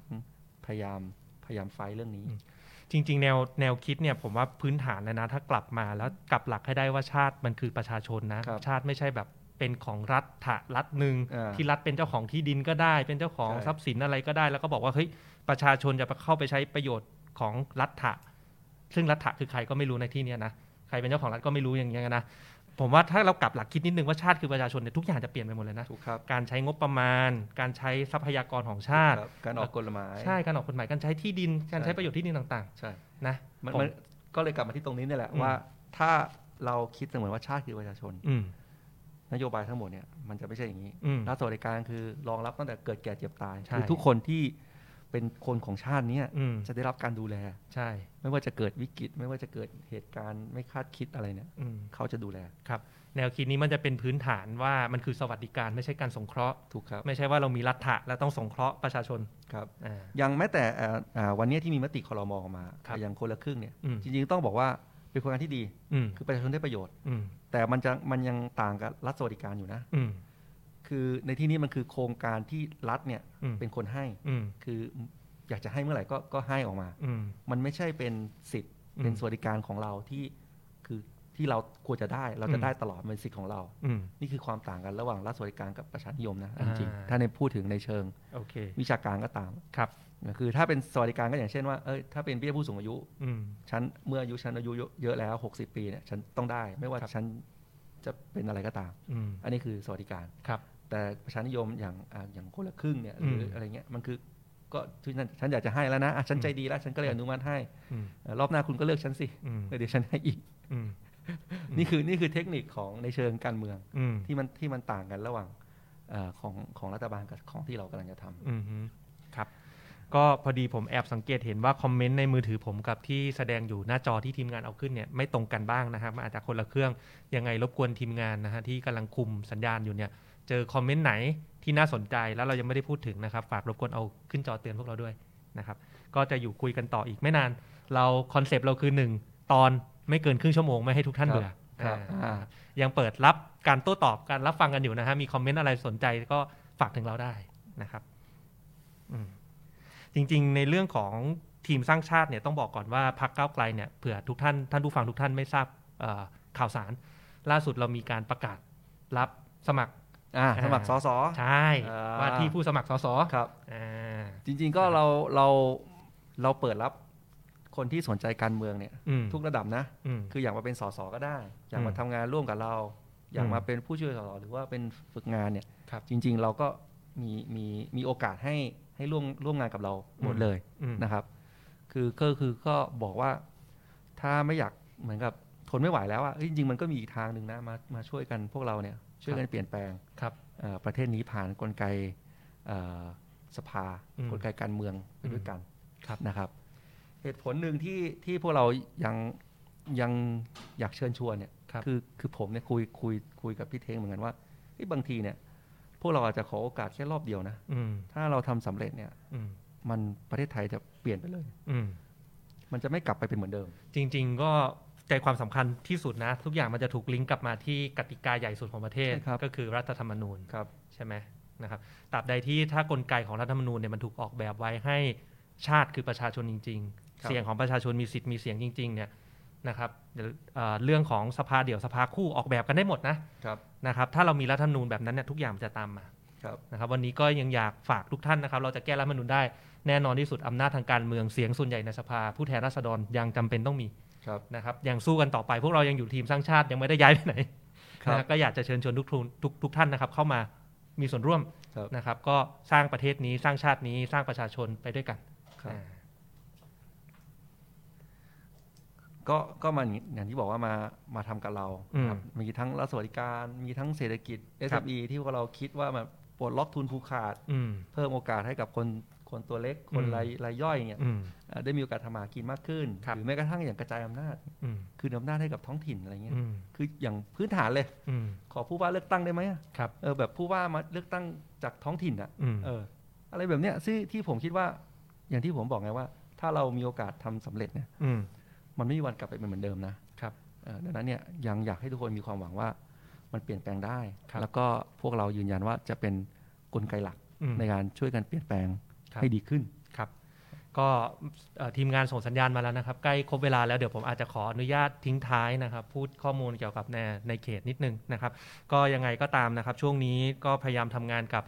Speaker 2: พยายามพยายามไฟท์เรื่องนี้
Speaker 1: จริง ๆ แนวแนวคิดเนี่ยผมว่าพื้นฐานเลยนะ ถ้ากลับมาแล้วกลับหลักให้ได้ว่าชาติมันคือประชาชนนะ
Speaker 2: ครับ
Speaker 1: ชาติไม่ใช่แบบเป็นของรัฐถะรัฐหนึ่ง
Speaker 2: อ่า
Speaker 1: ที่รัฐเป็นเจ้าของที่ดินก็ได้ เป็นเจ้าของ
Speaker 2: ใช่
Speaker 1: ทรัพย์สินอะไรก็ได้ แล้วก็บอกว่าเฮ้ยประชาชนจะเข้าไปใช้ประโยชน์ของรัฐถะซึ่งรัฐถะคือใครก็ไม่รู้ในที่เนี้ยนะใครเป็นเจ้าของรัฐก็ไม่รู้อย่างเงี้ยนะผมว่าถ้าเรากลับหลักคิดนิดนึงว่าชาติคือประชาชนเนี่ยทุกอย่างจะเปลี่ยนไปหมดเลยนะ
Speaker 2: ถูกครับ
Speaker 1: การใช้งบประมาณ การใช้ทรัพยากรของชาติ
Speaker 2: ครับการออกกฎหมาย
Speaker 1: ใช่การออกกฎหมายการใช้ที่ดินการใช้
Speaker 2: ใช่
Speaker 1: ประโยชน์ที่ดินต่าง
Speaker 2: ใช่
Speaker 1: ๆ นะ
Speaker 2: มัน
Speaker 1: ผม
Speaker 2: มันก็เลยกลับมาที่ตรงนี้เนี่ยแหละ
Speaker 1: อืม
Speaker 2: ว่า ถ้าเราคิดเสมือนว่าชาติคือประชาชน
Speaker 1: อืม
Speaker 2: นโยบายทั้งหมดเนี่ยมันจะไม่ใช่อย่างนี้
Speaker 1: อืม
Speaker 2: รัฐสวัสดิการคือรองรับตั้งแต่เกิดแก่เจ็บตาย
Speaker 1: ใช่
Speaker 2: คือทุกคนที่เป็นคนของชาติเนี้ย
Speaker 1: อืม
Speaker 2: จะได้รับการดูแล
Speaker 1: ใช่
Speaker 2: ไม่ว่าจะเกิดวิกฤต ไม่ว่าจะเกิดเหตุการณ์ไม่คาดคิดอะไรเนี่ย
Speaker 1: อืม
Speaker 2: เขาจะดูแล
Speaker 1: ครับ แนวคิดนี้มันจะเป็นพื้นฐานว่ามันคือสวัสดิการไม่ใช่การสงเคราะห์
Speaker 2: ถูกครับ
Speaker 1: ไม่ใช่ว่าเรามีรัฐะแล้วต้องสงเคราะห์ประชาชน
Speaker 2: ครับ
Speaker 1: อ่า
Speaker 2: อย่างแม้แต่เอ่อเอ่อวันเนี้ยที่มีมติคอรมอออกมา
Speaker 1: ครับ
Speaker 2: อย่างคนละครึ่งเนี่ย
Speaker 1: อืม
Speaker 2: จริงๆต้องบอกว่าเป็นโครงการที่ดี
Speaker 1: อืม
Speaker 2: คือประชาชนได้ประโยชน์
Speaker 1: อืม
Speaker 2: แต่มันจะมันยังต่างกับรัฐสวัสดิการอยู่นะ
Speaker 1: อืม
Speaker 2: คือในที่นี้มันคือโครงการที่รัฐเนี่ย
Speaker 1: อืม
Speaker 2: เป็นคนให้
Speaker 1: อืม
Speaker 2: คืออยากจะให้เมื่อไหร่ก็ก็ให้ออกมา
Speaker 1: อืม
Speaker 2: มันไม่ใช่เป็นสิทธิ์
Speaker 1: อืม
Speaker 2: เป็นสวัสดิการของเราที่คือที่เราควรจะได้เรา
Speaker 1: อื
Speaker 2: จะ
Speaker 1: ม
Speaker 2: ได้ตลอดมันเป็นสิทธิ์ของเรา
Speaker 1: อืม
Speaker 2: นี่คือความต่างกันระหว่างรัฐสวัสดิการกับประชานิยมนะจริง
Speaker 1: อ่า
Speaker 2: ๆถ้าในพูดถึงในเชิง
Speaker 1: โอเค
Speaker 2: วิชาการก็ตาม
Speaker 1: ครับ
Speaker 2: คือถ้าเป็นสวัสดิการก็อย่างเช่นว่าเอ้ยถ้าเป็นเบี้ยผู้สูงอายุ
Speaker 1: อืม
Speaker 2: ฉันเมื่ออายุฉันอายุเยอะแล้ว 60 ปีเนี่ยฉันต้องได้ ไม่ว่า
Speaker 1: ครับ
Speaker 2: ฉันจะเป็นอะไรก็ตาม
Speaker 1: อืม
Speaker 2: อันนี้คือสวัสดิการ
Speaker 1: ครับ
Speaker 2: แต่ประชานิยมอย่างอ่ะอย่างคนละครึ่งเนี่ยห
Speaker 1: อืม
Speaker 2: รืออะไรเงี้ยมันคือก็ที่ฉันฉันอยากจะให้แล้วนะอ่ะฉันใจดีแล้วฉันก็เลยอนุมัติให้
Speaker 1: อืม
Speaker 2: เอ่อรอบหน้าคุณก็เลือกฉันสิ
Speaker 1: อืม
Speaker 2: เดี๋ยวฉันให้อีก
Speaker 1: อืม อืม
Speaker 2: นี่คือนี่คือเทคนิคของในเชิงการเมือง
Speaker 1: อืม
Speaker 2: ที่มันที่มันต่างกันระหว่างเอ่อของของรัฐบาลกับของที่เรากำลังจะทำ
Speaker 1: อืมฮึครับ ก็พอดีผมแอบสังเกตเห็นว่าคอมเมนต์ในมือถือผมกับที่แสดงอยู่หน้าจอที่ทีมงานเอาขึ้นเนี่ยไม่ตรงกันบ้างนะครับมันอาจจะคนละเครื่อง ยังไงรบกวนทีมงานนะฮะที่กำลังคุมสัญญาณอยู่เนี่ย เจอคอมเมนต์ไหนที่น่าสนใจแล้วเรายังไม่ได้พูดถึงนะครับ ฝากรบกวนเอาขึ้นจอเตือนพวกเราด้วยนะครับ ก็จะอยู่คุยกันต่ออีกไม่นาน เราคอนเซปต์เราคือหนึ่งตอนไม่เกินครึ่งชั่วโมงไม่ให้ทุกท่าน
Speaker 2: ค
Speaker 1: เบื่
Speaker 2: รับ
Speaker 1: อ
Speaker 2: ครับ
Speaker 1: อ่า
Speaker 2: อ่า
Speaker 1: ยังเปิดรับการโต้ตอบการรับฟังกันอยู่นะฮะมีคอมเมนต์อะไรสนใจก็ฝากถึงเราได้นะครับอืมจริงๆ ในเรื่องของทีมสร้างชาติเนี่ยต้องบอกก่อนว่าพักก้าวไกลเนี่ยเผื่อทุกท่านท่านผู้ฟังทุกท่านไม่ทราบเอ่อข่าวสาร ล่าสุดเรามีการประกาศรับสมัคร
Speaker 2: อ่าสมัครสอสอ
Speaker 1: ใช่
Speaker 2: อ่า
Speaker 1: ว่าที่ผู้สมัครสส
Speaker 2: ครับ
Speaker 1: อ่า
Speaker 2: จริงๆก็เราเราเราเปิดรับคนที่สนใจการเมืองเนี่ย
Speaker 1: อืม
Speaker 2: ทุกระดับนะ
Speaker 1: อืม
Speaker 2: คืออยากมาเป็นสสก็ได้ อยากมา
Speaker 1: อืม
Speaker 2: ทำงานร่วมกับเรา อยาก
Speaker 1: อืม
Speaker 2: มาเป็นผู้ช่วยสสหรือว่าเป็นฝึกงานเนี่ย
Speaker 1: ครับ
Speaker 2: จริง ๆ เราก็มีมีมีโอกาสให้ให้ร่วมร่วมงานกับเราหมดเลย
Speaker 1: อืม
Speaker 2: นะครับ คือก็คือก็บอกว่าถ้าไม่อยากเหมือนกับทนไม่ไหวแล้วอะเฮ้ยจริงๆมันก็มีอีกทางหนึ่งนะมามาช่วยกันพวกเราเนี่ยช่วยกันเปลี่ยนแปลง
Speaker 1: ครับ
Speaker 2: เอ่อประเทศนี้ผ่านกลไกเอ่อสภา
Speaker 1: อืม
Speaker 2: กลไกการเมืองไปด้วยกัน
Speaker 1: ครับ
Speaker 2: นะครับ เหตุผลหนึ่งที่ที่พวกเรายังยังอยากเชิญชวนเนี่ย
Speaker 1: ครับ
Speaker 2: อคือผมเนี่ยคุยคุยคุยกับพี่เทงเหมือนกันว่าเฮ้ยบางทีเนี่ยพวกเราอาจจะขอโอกาสแค่รอบเดียวนะ
Speaker 1: อืม
Speaker 2: ถ้าเราทำสำเร็จเนี่ย
Speaker 1: อืม
Speaker 2: มันประเทศไทยจะเปลี่ยนไปเลย
Speaker 1: อืม
Speaker 2: มันจะไม่กลับไปเป็นเหมือนเดิม
Speaker 1: จริง ๆ ก็ใจความสำคัญที่สุดนะ ทุกอย่างมันจะถูกลิงก์กลับมาที่กติกาใหญ่สุดของประเทศ
Speaker 2: ใช่ครับ
Speaker 1: ก็คือรัฐธรรมนูญ
Speaker 2: ครับ
Speaker 1: ใช่ไหมนะครับตราบใดที่ถ้ากลไกของรัฐธรรมนูญเนี่ยมันถูกออกแบบไว้ให้ชาติคือประชาชนจริง
Speaker 2: ค
Speaker 1: ๆ
Speaker 2: รับ
Speaker 1: เสียงของประชาชนมีสิทธิ์มีเสียงจริงๆเนี่ยนะครับเดี๋ยวเอ่อเรื่องของสภาเดี่ยวสภาคู่ออกแบบกันได้หมดนะ
Speaker 2: ครับ
Speaker 1: นะครับถ้าเรามีรัฐธรรมนูญแบบนั้นเนี่ยทุกอย่างมันจะตามมา
Speaker 2: ครับ
Speaker 1: นะครับวันนี้ก็ยังอยากฝากทุกท่านนะครับ เราจะแก้รัฐธรรมนูญได้แน่นอนที่สุดอำนาจทางการเมืองเสียงส่วนใหญ่ในสภา ผู้แทนราษฎรยังจำเป็นต้องมี
Speaker 2: ครับ
Speaker 1: นะครับยังสู้กันต่อไปพวกเรายังอยู่ทีมสร้างชาติยังไม่ได้ย้ายไปไหน
Speaker 2: ครับ
Speaker 1: นะก็อยากจะเชิญชวนทุกทุนทุกทุกท่านนะครับ เข้ามามีส่วนร่วม
Speaker 2: ครับ
Speaker 1: นะครับ ก็สร้างประเทศนี้สร้างชาตินี้สร้างประชาชนไปด้วยกัน
Speaker 2: ครับ
Speaker 1: อ่า
Speaker 2: ก็ก็มันอย่างที่บอกว่ามามาทำกับเรา
Speaker 1: อืม
Speaker 2: ครับมีทั้งรัฐสวัสดิการ มีทั้งเศรษฐกิจ
Speaker 1: ครับ
Speaker 2: SME ที่พวกเราคิดว่ามันปลดล็อกทุนผูกขาด
Speaker 1: อืม
Speaker 2: เพิ่มโอกาสให้กับคนคนตัวเล็กคน
Speaker 1: อืม
Speaker 2: รายรายย่อยเนี่ย
Speaker 1: อืม
Speaker 2: เอ่อได้มีโอกาสทำมาหากินมากขึ้น
Speaker 1: ครับ
Speaker 2: หรือแม้กระทั่งอย่างกระจายอำนาจ
Speaker 1: อืม
Speaker 2: คืนอำนาจให้กับท้องถิ่นอะไรเงี้ย
Speaker 1: อืม
Speaker 2: คืออย่างพื้นฐานเลย
Speaker 1: อืม
Speaker 2: ขอผู้ว่าเลือกตั้งได้ไหมอะ
Speaker 1: ครับ
Speaker 2: เออแบบผู้ว่ามาเลือกตั้งจากท้องถิ่นอะ
Speaker 1: อืม
Speaker 2: เออ อะไรแบบเนี้ยซึ่งที่ผมคิดว่าอย่างที่ผมบอกไงว่า ถ้าเรามีโอกาสทำสำเร็จเนี่ย
Speaker 1: อืม
Speaker 2: มันไม่มีวันกลับไปเป็นเหมือนเดิมนะครับ เอ่อดังนั้นเนี่ยยังอยากให้ทุกคนมีความหวังว่า มันเปลี่ยนแปลงได้
Speaker 1: ครับ
Speaker 2: แล้วก็พวกเรายืนยันว่าจะเป็นกลไกหลัก
Speaker 1: อืม
Speaker 2: ในการช่วยกันเปลี่ยนแปลง
Speaker 1: ครับ
Speaker 2: ให้ดีขึ้น
Speaker 1: ครับก็เอ่อทีมงานส่งสัญญาณมาแล้วนะครับ ใกล้ครบเวลาแล้วเดี๋ยวผมอาจจะขออนุญาตทิ้งท้ายนะครับ พูดข้อมูลเกี่ยวกับในในเขตนิดนึงนะครับ ก็ยังไงก็ตามนะครับ ช่วงนี้ก็พยายามทำงานกับ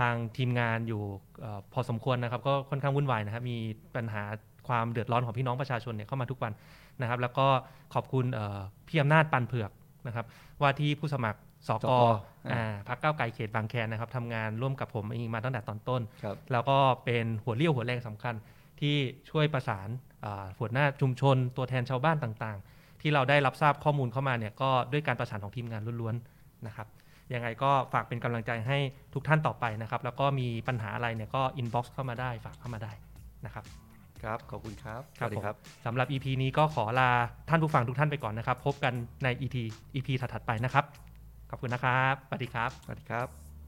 Speaker 1: ทางทีมงานอยู่เอ่อพอสมควรนะครับ ก็ค่อนข้างวุ่นวายนะครับมีปัญหาความเดือดร้อนของพี่น้องประชาชนเนี่ยเข้ามาทุกวันนะครับ แล้วก็ขอบคุณเอ่อพี่อำนาจปันเผือกนะครับ ว่าที่ผู้สมัครสก
Speaker 2: สก
Speaker 1: อ่าพักเก้าวไกลเขตบางแคนะครับทำงานร่วมกับผมเองมาตั้งแต่ตอนต้น
Speaker 2: ครับ
Speaker 1: แล้วก็เป็นหัวเรี่ยวหัวแรงสำคัญที่ช่วยประสานอ่าหัวหน้าชุมชน ตัวแทนชาวบ้านต่างๆ ที่เราได้รับทราบข้อมูลเข้ามาเนี่ยก็ด้วยการประสานของทีมงานล้วนๆนะครับยังไงก็ฝากเป็นกำลังใจให้ทุกท่านต่อไปนะครับ แล้วก็มีปัญหาอะไรเนี่ยก็อินบ็อกซ์เข้ามาได้ฝากเข้ามาได้นะครับ
Speaker 2: ครับ ขอบคุณครับ
Speaker 1: ครับ
Speaker 2: สวัสดี
Speaker 1: ผม สำหรับ EP นี้ก็ขอลาท่านผู้ฟังทุกท่านไปก่อนนะครับ พบกันใน EP EP ถัดๆไปนะครับ ขอบคุณนะครับสวัสดีครับ
Speaker 2: สวัสดีครับ